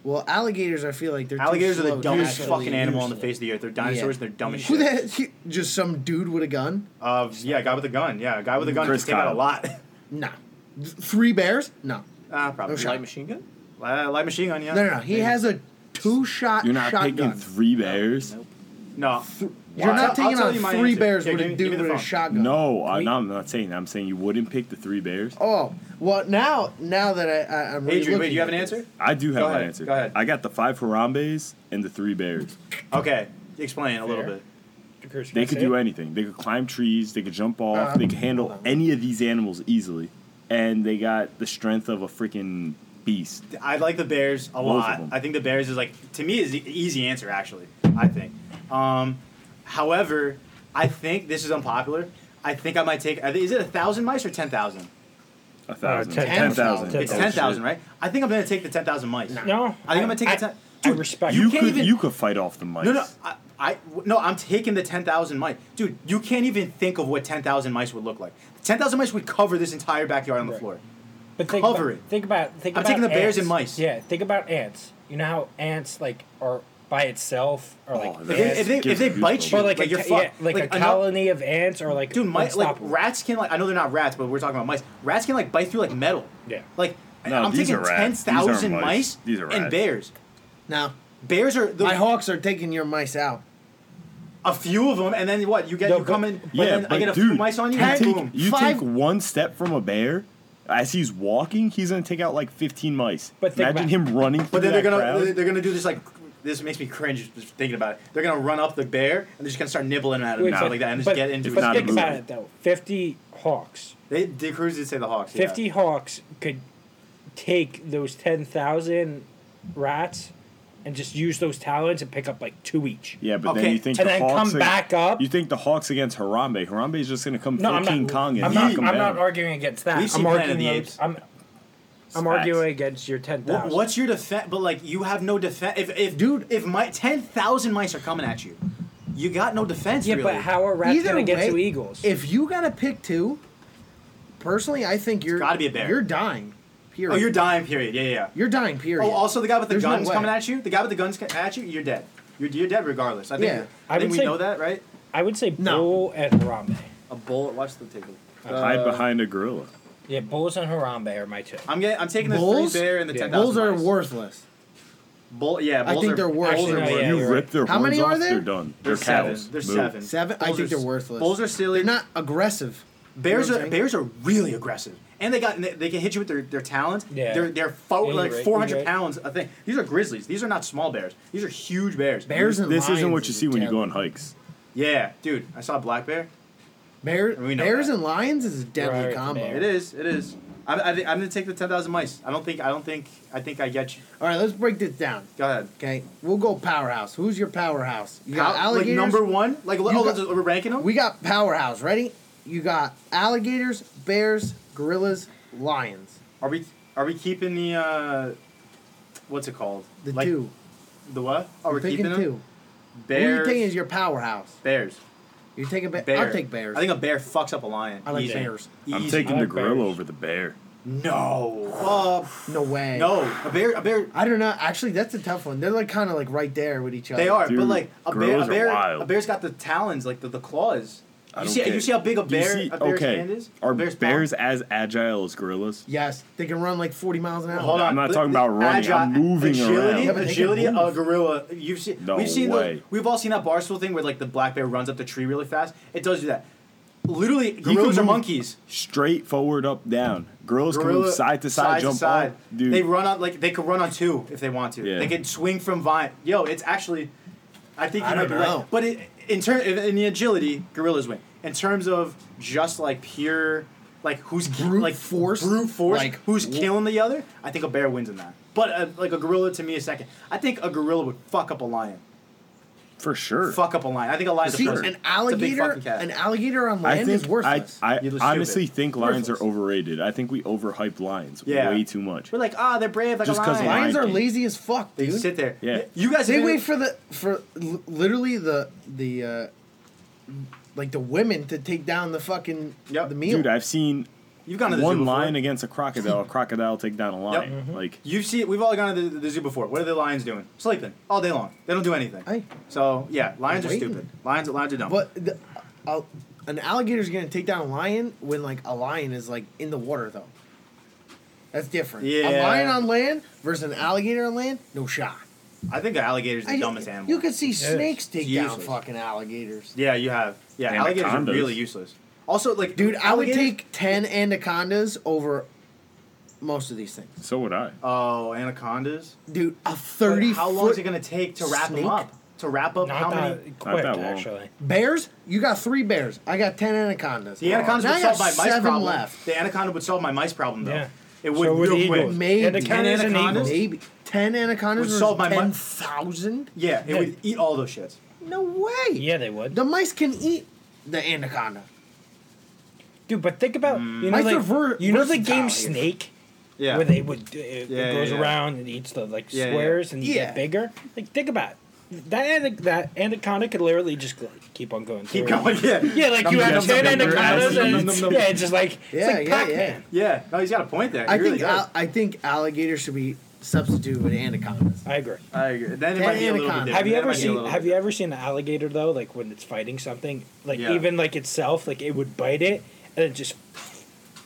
D: Well, alligators, I feel like they're too
A: Alligators are the
D: slow to
A: dumbest
D: actually
A: fucking animal on the
D: use
A: face of the earth. They're dinosaurs.
D: Yeah.
A: and They're dumb as
D: Who
A: shit.
D: the hell? he- Just some dude with a gun?
A: Uh, yeah, guy with a gun. Yeah, guy with a gun
B: Chris
A: came out a
B: Kyle.
A: lot.
D: No. Th- Three bears? No.
A: [LAUGHS] Ah, probably.
D: No shot.
E: Light machine gun?
A: Uh, light machine gun. Yeah.
D: No, no, no. He has a two-shot
B: You're not
D: shotgun.
B: picking three bears.
E: Nope.
A: No.
D: You're
A: I'll- I'll
D: not taking
A: tell
D: on
A: you my
D: three
A: answer.
D: bears
A: Here,
D: with
A: give
D: a
A: me-
D: dude
A: give me the
D: with a
A: phone.
D: shotgun.
B: No, I, no, I'm not saying. that. I'm saying you wouldn't pick the three bears.
D: Oh, well, now, now that I, I I'm really
A: Adrian, wait,
D: looking
A: do you have
D: at
A: an
D: this.
A: answer?
B: I do have
A: Go
B: an
A: ahead,
B: answer.
A: go ahead.
B: I got the five Harambe's and the three bears.
A: Okay, explain a little
C: Fair.
A: bit.
C: Chris,
B: They
C: can
B: could
C: I
B: do
C: say
B: anything. They could climb trees. They could jump off.
D: Uh,
B: they could handle any of these animals easily, and they got the strength of a freaking beast.
A: I like the Bears a
B: of
A: lot.
B: them.
A: I think the Bears is like to me is the easy answer actually. I think. Um, however, I think this is unpopular. I think I might take. I think- Is it a thousand mice or ten thousand?
B: A thousand.
C: ten-
B: ten thousand.
C: ten
A: It's
B: Oh,
A: ten thousand,
B: shit.
A: right? I think I'm gonna take the ten thousand mice. No,
C: No,
A: I think I'm gonna take
C: I,
A: the ten.
C: I respect
B: You,
C: it.
B: could you could fight off the mice.
A: No, no, I, I w- no, I'm taking the ten thousand mice, dude. You can't even think of what ten thousand mice would look like. Ten thousand mice would cover this entire backyard on the
C: Right.
A: floor.
C: But think
A: cover
C: about,
A: it.
C: Think about. Think
A: I'm
C: about
A: taking the bears
C: ants.
A: and mice.
C: Yeah, think about ants. You know how ants like are by itself or like
B: Oh,
C: ants,
B: that
A: If they, if they, if
B: Gives
A: they
B: goosebumps.
A: bite you,
C: or
A: like,
C: like, a,
A: you're
C: co-
A: fucked.
C: yeah, like, a
A: enough-
C: colony of ants or like
A: Dude, mice like
C: unstoppable.
A: rats can like I know they're not rats, but we're talking about mice. Rats can like bite through like metal.
C: Yeah.
A: Like
B: No,
A: I'm
B: these
A: taking
B: are rats. These aren't
A: 10,000 mice,
B: mice. These are
A: and
B: rats.
A: bears.
D: Now,
A: Bears are the,
D: my hawks are taking your mice out.
A: a few of them, and then what? You get
C: No,
A: you
C: but-
A: come in, but
B: Yeah,
A: then
B: but
A: I get a
B: dude,
A: few mice on you.
B: You,
A: and
B: take,
A: boom.
B: you
D: Five-
B: take one step from a bear. As he's walking, he's gonna take out like fifteen mice.
C: But think
B: imagine
C: about-
B: him running.
A: But then they're gonna
B: crowd.
A: they're gonna do this like this makes me cringe just thinking about it. They're gonna run up the bear and they're just gonna start nibbling at him
C: Wait,
A: and
C: but-
A: stuff like that, and just
C: but-
A: get into
B: It's
A: it.
C: But
B: not a
C: think about
B: movie.
C: it though. Fifty hawks.
A: They, Dick Cruz did say the hawks. yeah.
C: Fifty hawks could take those ten thousand rats and just use those talons and pick up like two each.
B: Yeah, but
A: Okay,
B: then you think
C: and
B: the
C: then
B: Hawks
C: come
B: ag-
C: back up.
B: You think the Hawks against Harambe? Harambe is just going to come
C: No, I'm not.
B: 15 Kong and
C: I'm,
B: knock
C: not,
B: him
C: I'm
B: down.
C: not arguing against that.
A: We've seen
C: I'm
A: Planet
C: arguing.
A: of the
C: those-
A: Apes.
C: I'm, I'm
B: facts.
C: arguing against your ten
A: Wha-
C: thousand.
A: What's your defense? But like, you have no defense. If, if
D: Dude.
A: if my ten thousand mice are coming at you, you got no defense.
C: Yeah,
A: really.
C: but how are rats
D: Either
C: gonna
D: way,
C: get two eagles?
D: If you gotta pick two, personally, I think you're
A: gotta be a bear.
D: You're dying Period.
A: Oh, you're dying. Period. Yeah, yeah. yeah.
D: You're dying. Period.
A: Oh, also the guy with the
D: There's no
A: guns
D: way.
A: coming at you. The guy with the guns ca- at you. You're dead. You're, you're dead regardless. I think.
D: Yeah.
A: I
C: I
A: think
C: would
A: we
C: say-
A: know that, right?
C: I would say
D: No.
C: Bull and Harambe.
A: A bullet. Watch the table. Uh,
B: Hide behind a gorilla.
C: Yeah, Bulls and Harambe are my two.
A: I'm getting. I'm taking the
D: Bulls?
A: three bear and the
C: Yeah.
A: ten thousand.
D: Bulls are worthless.
A: Bull. Yeah.
D: I
A: Bulls
D: think
A: are,
D: they're worse.
A: Bulls are
C: Actually, no,
A: worse.
C: yeah.
B: you
C: you're
B: rip
C: right.
B: their
D: How
B: horns
D: many are
B: off,
D: there?
B: They're done. They're,
A: There's seven.
B: cows.
A: There's
B: Move.
A: seven.
D: Seven. I
A: Bulls
D: think
A: are-
D: they're worthless.
A: Bulls are silly.
D: They're not aggressive.
A: Bears
D: You know what
A: are
D: I'm
A: bears are really aggressive, and they got they can hit you with their, their talons.
C: Yeah.
A: they're they're fo-
C: Yeah, you're
A: like
C: right,
A: four hundred
C: you're right.
A: pounds a thing. These are grizzlies. These are not small bears. These are huge bears.
D: Bears and
B: This isn't
D: lions
B: what you
D: is
B: see when you go
D: terrible.
B: on hikes.
A: Yeah, dude, I saw a black bear.
D: Bear,
A: We know
D: bears
A: that.
D: and lions is a deadly
C: Right,
D: combo.
C: bear.
A: It is. It is. I, I, think- I'm gonna take the ten thousand mice. I don't think. I don't think. I think I get you.
D: All right, let's break this down.
A: Go ahead.
D: Okay, we'll go powerhouse. Who's your powerhouse? You got
A: How- like
D: alligators.
A: number one. Like oh,
D: got-
A: let's- we're ranking them.
D: we got powerhouse. Ready? You got alligators, bears, gorillas, lions.
A: are we are we keeping the uh, what's it called?
D: The
A: Like,
D: two.
A: The what? Oh,
D: You're
A: we're keeping
D: picking
A: them.
D: two. Who are you
A: Bears.
D: taking is your powerhouse?
A: bears.
D: You're taking ba-
A: Bear.
D: I'll take bears.
A: I think a bear fucks up a lion.
D: I like
A: Easy.
D: bears.
B: I'm
A: Easy.
B: taking
C: I
B: the
C: like
B: gorilla
C: bears.
B: over the bear.
A: No. Uh,
D: no way.
A: no. A bear. A bear.
D: I don't know. Actually, that's a tough one. They're like kind of like right there with each other.
A: They are,
B: Uh, Dude,
A: but like a bear. A
B: gorillas are
A: bear.
B: wild.
A: A bear's got the talons, like the, the claws.
B: I
A: You
B: don't
A: see,
B: care.
A: you see how big a
B: You
A: bear,
B: see-
A: a bear's
B: okay.
A: hand is.
B: Are
A: A
B: bears,
A: bear's palm?
B: as agile as gorillas?
D: Yes, they can run like 40 miles an hour.
A: Hold on.
B: I'm not
A: the-
B: talking
A: the
B: about running, I'm moving
A: agility,
B: around. Yeah,
D: but they
A: agility,
D: can
A: a
D: move.
A: gorilla. You've seen.
B: No
A: we've seen
B: way.
A: the. We've all seen that barstool thing where like the black bear runs up the tree really fast. It does do that. Literally,
B: can
A: gorillas are
B: move
A: monkeys.
B: Straight, forward, up, down. Gorillas can
A: Gorilla
B: move side to side, jump up. Dude,
A: They run on like they could run on two if they want to.
B: Yeah.
A: They could swing from vine. Yo, it's actually, I think you
D: I
A: might
D: don't
A: be
D: know.
A: right. But it, in terms in the agility, gorillas win. In terms of just like pure, like who's ki-
D: Brute
A: like
D: force?
A: brute force,
D: Like,
A: who's
D: wh-
A: killing the other. I think a bear wins in that. But uh, like a gorilla to me is second. I think a gorilla would fuck up a lion.
B: for sure.
A: Fuck up a lion. I think a lion's
D: See,
A: a person.
D: an
A: It's a big
D: alligator,
A: fucking cat.
D: an alligator on
B: I
D: land
B: think
D: is
B: I,
D: worthless.
B: I
A: You're
B: honestly
A: stupid.
B: think lions are
A: Worthless.
B: overrated. I think we overhype lions
A: Yeah.
B: way too much.
A: We're like, ah, they're brave like
B: Just
A: a
B: 'cause
A: lion.
B: lion-
D: Lions are
B: King.
D: lazy as fuck,
A: They
D: dude.
A: sit there.
B: Yeah.
A: You guys.
D: They
A: have
D: wait
A: been-
D: for the for l- literally the the uh, like the women to take down the fucking
A: Yep.
D: the meal.
B: Dude, I've seen
A: You've gone to the zoo
B: one
A: before.
B: lion against a crocodile. A crocodile take down a lion.
A: Mhm.
B: Like
A: You've seen we've all gone to the, the zoo before. What are the lions doing? Sleeping all day long. They don't do anything.
D: Hey.
A: So yeah, lions are
D: Waiting.
A: stupid. Lions, lions are dumb.
D: but the, uh, an alligator's gonna take down a lion when like a lion is like in the water though. That's different. A
A: Yeah.
D: lion on land versus an alligator on land, no shot.
A: I think the alligator's the
D: I-
A: dumbest animal.
D: You could see snakes take
A: It's
D: down
A: useless.
D: fucking alligators.
A: yeah, you have. Yeah, alligators are
B: Anacondas.
A: really useless. Also, like
D: Dude, I would
A: alligators-
D: take ten anacondas over most of these things.
B: so would I.
A: Oh, anacondas.
D: Dude, a
A: But
D: thirty.
A: How long
D: foot
A: is it gonna take to wrap
D: snake?
A: them up? To wrap up
C: Not
A: how
C: that
A: many?
C: quick,
B: that long.
C: actually.
D: Bears? You got three bears. I got ten anacondas.
A: The anacondas
D: Now
A: would
D: I
A: solve
D: got
A: my mice
D: seven
A: problem.
D: left.
A: The anaconda would solve my mice problem though.
C: Yeah.
A: It would
C: So would
A: real
C: the
A: quick.
C: eagles.
D: Maybe.
C: Anacondas and
A: Anacondas?
C: eagles.
D: Maybe ten anacondas
A: Would
D: or
A: solve my mi-
D: ten thousand?
A: Yeah, it
C: Yeah.
A: would eat all those shits.
D: No way.
C: Yeah, they would.
D: The mice can eat the anaconda.
C: Dude, but think about
A: Mm.
C: you know,
D: Mice
C: like,
D: are ver-
C: you know the
D: versatile
C: game
D: here.
C: Snake,
A: Yeah.
C: where they would uh, it,
A: Yeah,
C: it goes
A: yeah, yeah.
C: around and eats the like
A: Yeah, yeah.
C: squares and you
D: Yeah.
C: get bigger. Like think about it. that ana- that anaconda could literally just like, keep on going.
A: Keep
C: through.
A: going. [LAUGHS] Yeah.
C: Yeah, like you
B: Num,
C: have
B: num,
C: ten
B: num, num,
C: anacondas
B: num,
C: and
B: num,
C: it's,
B: num,
C: yeah, it's just like it's
D: Yeah,
C: like
D: yeah,
C: Pac-Man.
A: Yeah. No, he's got a point there. He
D: I
A: really
D: think
A: does.
D: al- I think alligators should be substituted with anacondas.
C: I agree.
A: I agree. Then it
D: That
A: might be a little bit
D: anaconda.
A: different.
C: Have
A: Then
C: you
A: it
C: ever
A: might be a
C: seen
A: little
C: Have
A: bit
C: you ever seen an alligator though? Like when it's fighting something, like
A: Yeah.
C: even like itself, like it would bite it and it just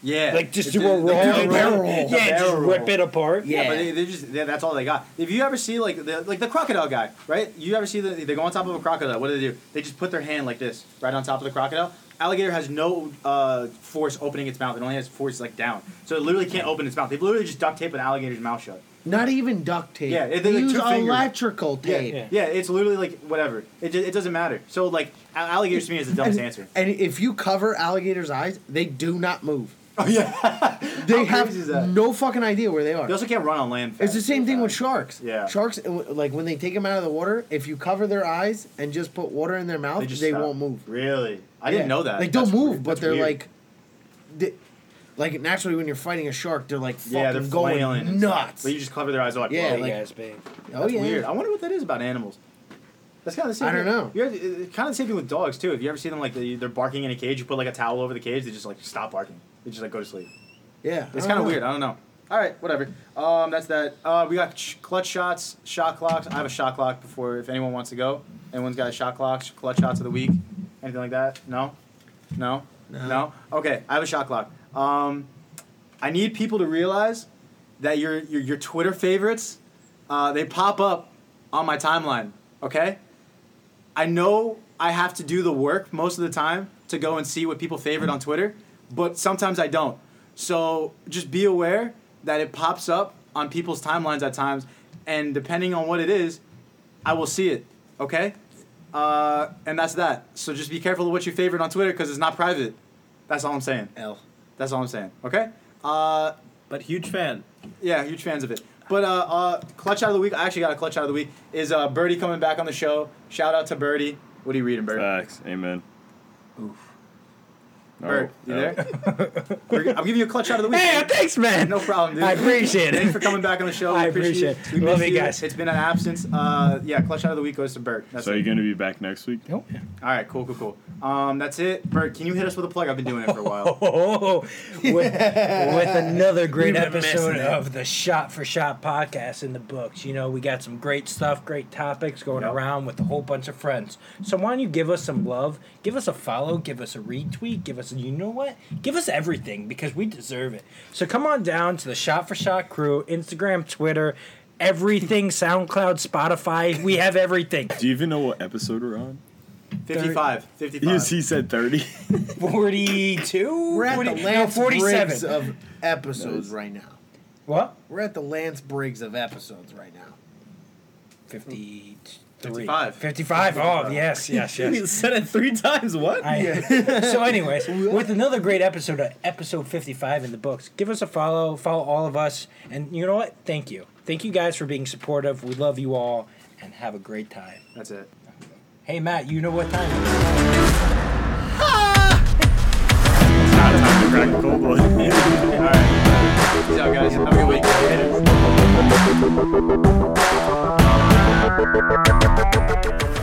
A: Yeah.
C: like just
A: It
C: do a
A: did-
C: roll,
A: it did
C: and-
D: barrel roll.
C: yeah, just
A: Barrel
C: rip
A: roll.
C: it apart.
A: Yeah, but they, they just they, that's all they got. If you ever see like the like the crocodile guy, right? You ever see the they go on top of a crocodile? What do they do? They just put their hand like this, right on top of the crocodile. Alligator has no uh, force opening its mouth. It only has force like down, so it literally can't open its mouth. They've literally just duct taped an alligator's mouth shut.
D: Not even duct tape.
A: Yeah, they-
D: they
A: they
D: use
A: two fingers.
D: electrical tape.
C: Yeah.
A: Yeah, it's literally like whatever. It, ju- it doesn't matter. So like a- alligators to me is the dumbest answer.
D: And if you cover alligators' eyes, they do not move.
A: Oh yeah. [LAUGHS]
D: They
A: How crazy is
D: have
A: that?
D: no fucking idea where they are.
A: They also can't run on land.
D: It's
A: fast.
D: the same thing with sharks.
A: Yeah.
D: Sharks, uh, w- like when they take them out of the water, if you cover their eyes and just put water in their mouth, they,
A: just stop.
D: won't move.
A: Really? I
D: Yeah.
A: didn't know that.
D: They don't
A: That's
D: move,
A: weird.
D: but
A: That's
D: they're
A: weird.
D: like, they, like naturally when you're fighting a shark, they're like fucking
A: yeah, they're
D: going
A: flailing and stuff.
D: nuts.
A: But you just cover their eyes. they're Like,
D: Yeah,
A: whoa.
C: Big
D: like-
C: ass big.
D: oh yeah.
A: Weird. I wonder what that is about animals. That's kind of the same.
D: I don't
A: thing-
D: know.
A: You're, it's kind of the same thing with dogs too. If you ever see them like they, they're barking in a cage, you put like a towel over the cage, they just like stop barking. They just like go to sleep.
D: Yeah. Uh-huh.
A: It's kind
D: I don't
A: of
D: know.
A: weird. I don't know. All right, whatever. Um, that's that. Uh, we got sh- clutch shots, shot clocks. I have a shot clock before if anyone wants to go. Anyone's got a shot clock, sh- clutch shots of the week, anything like that? No, no, no. Okay, I have a shot clock. Um, I need people to realize that your your, your Twitter favorites, uh, they pop up on my timeline. Okay, I know I have to do the work most of the time to go and see what people favorite on Twitter, but sometimes I don't. So just be aware that it pops up on people's timelines at times, and depending on what it is, I will see it. Okay, uh, and that's that. So just be careful of what you favorite on Twitter because it's not private. That's all I'm saying.
D: L.
A: That's all I'm saying. Okay. Uh,
F: But huge fan.
A: yeah, huge fans of it. But uh, uh, clutch out of the week. I actually got a clutch out of the week. Is uh, Birdie coming back on the show? Shout out to Birdie. What are you reading,
C: Uh,
A: Birdie?
B: Facts. Amen. Oof.
A: Bird, you there? [LAUGHS] Bird, I'm giving you a clutch out of the week.
C: oh, Hey,
A: dude.
C: thanks,
A: [LAUGHS]
C: man.
A: no problem, dude.
C: I appreciate
A: Thanks
C: it.
A: for coming back on the show. We
C: I appreciate it.
A: We
C: Love
A: miss
C: you guys.
A: It's been an absence. Uh, yeah, clutch out of the week goes to Bert. That's
B: So
A: it.
B: you're gonna be back next week?
C: Oh, yeah.
A: All right, cool, cool, cool. Um, that's it. Bert, can you hit us with a plug? I've been doing it for a while.
C: Oh, [LAUGHS] with, with another great
F: We've been
C: episode
F: missing it.
C: of the Shot for Shot podcast in the books. You know, we got some great stuff, great topics going
A: Yep.
C: around with a whole bunch of friends. So why don't you give us some love? Give us a follow, give us a retweet, give us you know what? Give us everything because we deserve it. So come on down to the Shot for Shot crew, Instagram, Twitter, everything, SoundCloud, Spotify. We have everything.
B: Do you even know what episode we're on?
A: 55. 55.
B: Yes, he said thirty.
C: 42?
D: We're at
C: 40
D: the
C: no,
D: Lance
C: 47.
D: Briggs uh, of episodes right now.
C: What?
D: We're at the Lance Briggs of episodes right now.
C: 53.
A: 55.
C: 55. Oh, yes, yes,
E: [LAUGHS]
C: yes.
F: You said it three times. What?
C: I- so, anyways, with another great episode of episode 55 in the books, give us a follow, follow all of us. And you know what? Thank you. Thank you guys for being supportive. We love you all and have a great time.
A: That's it.
C: Hey, Matt, you know what time it is.
A: All right. Peace out, guys. Have a good week. Later.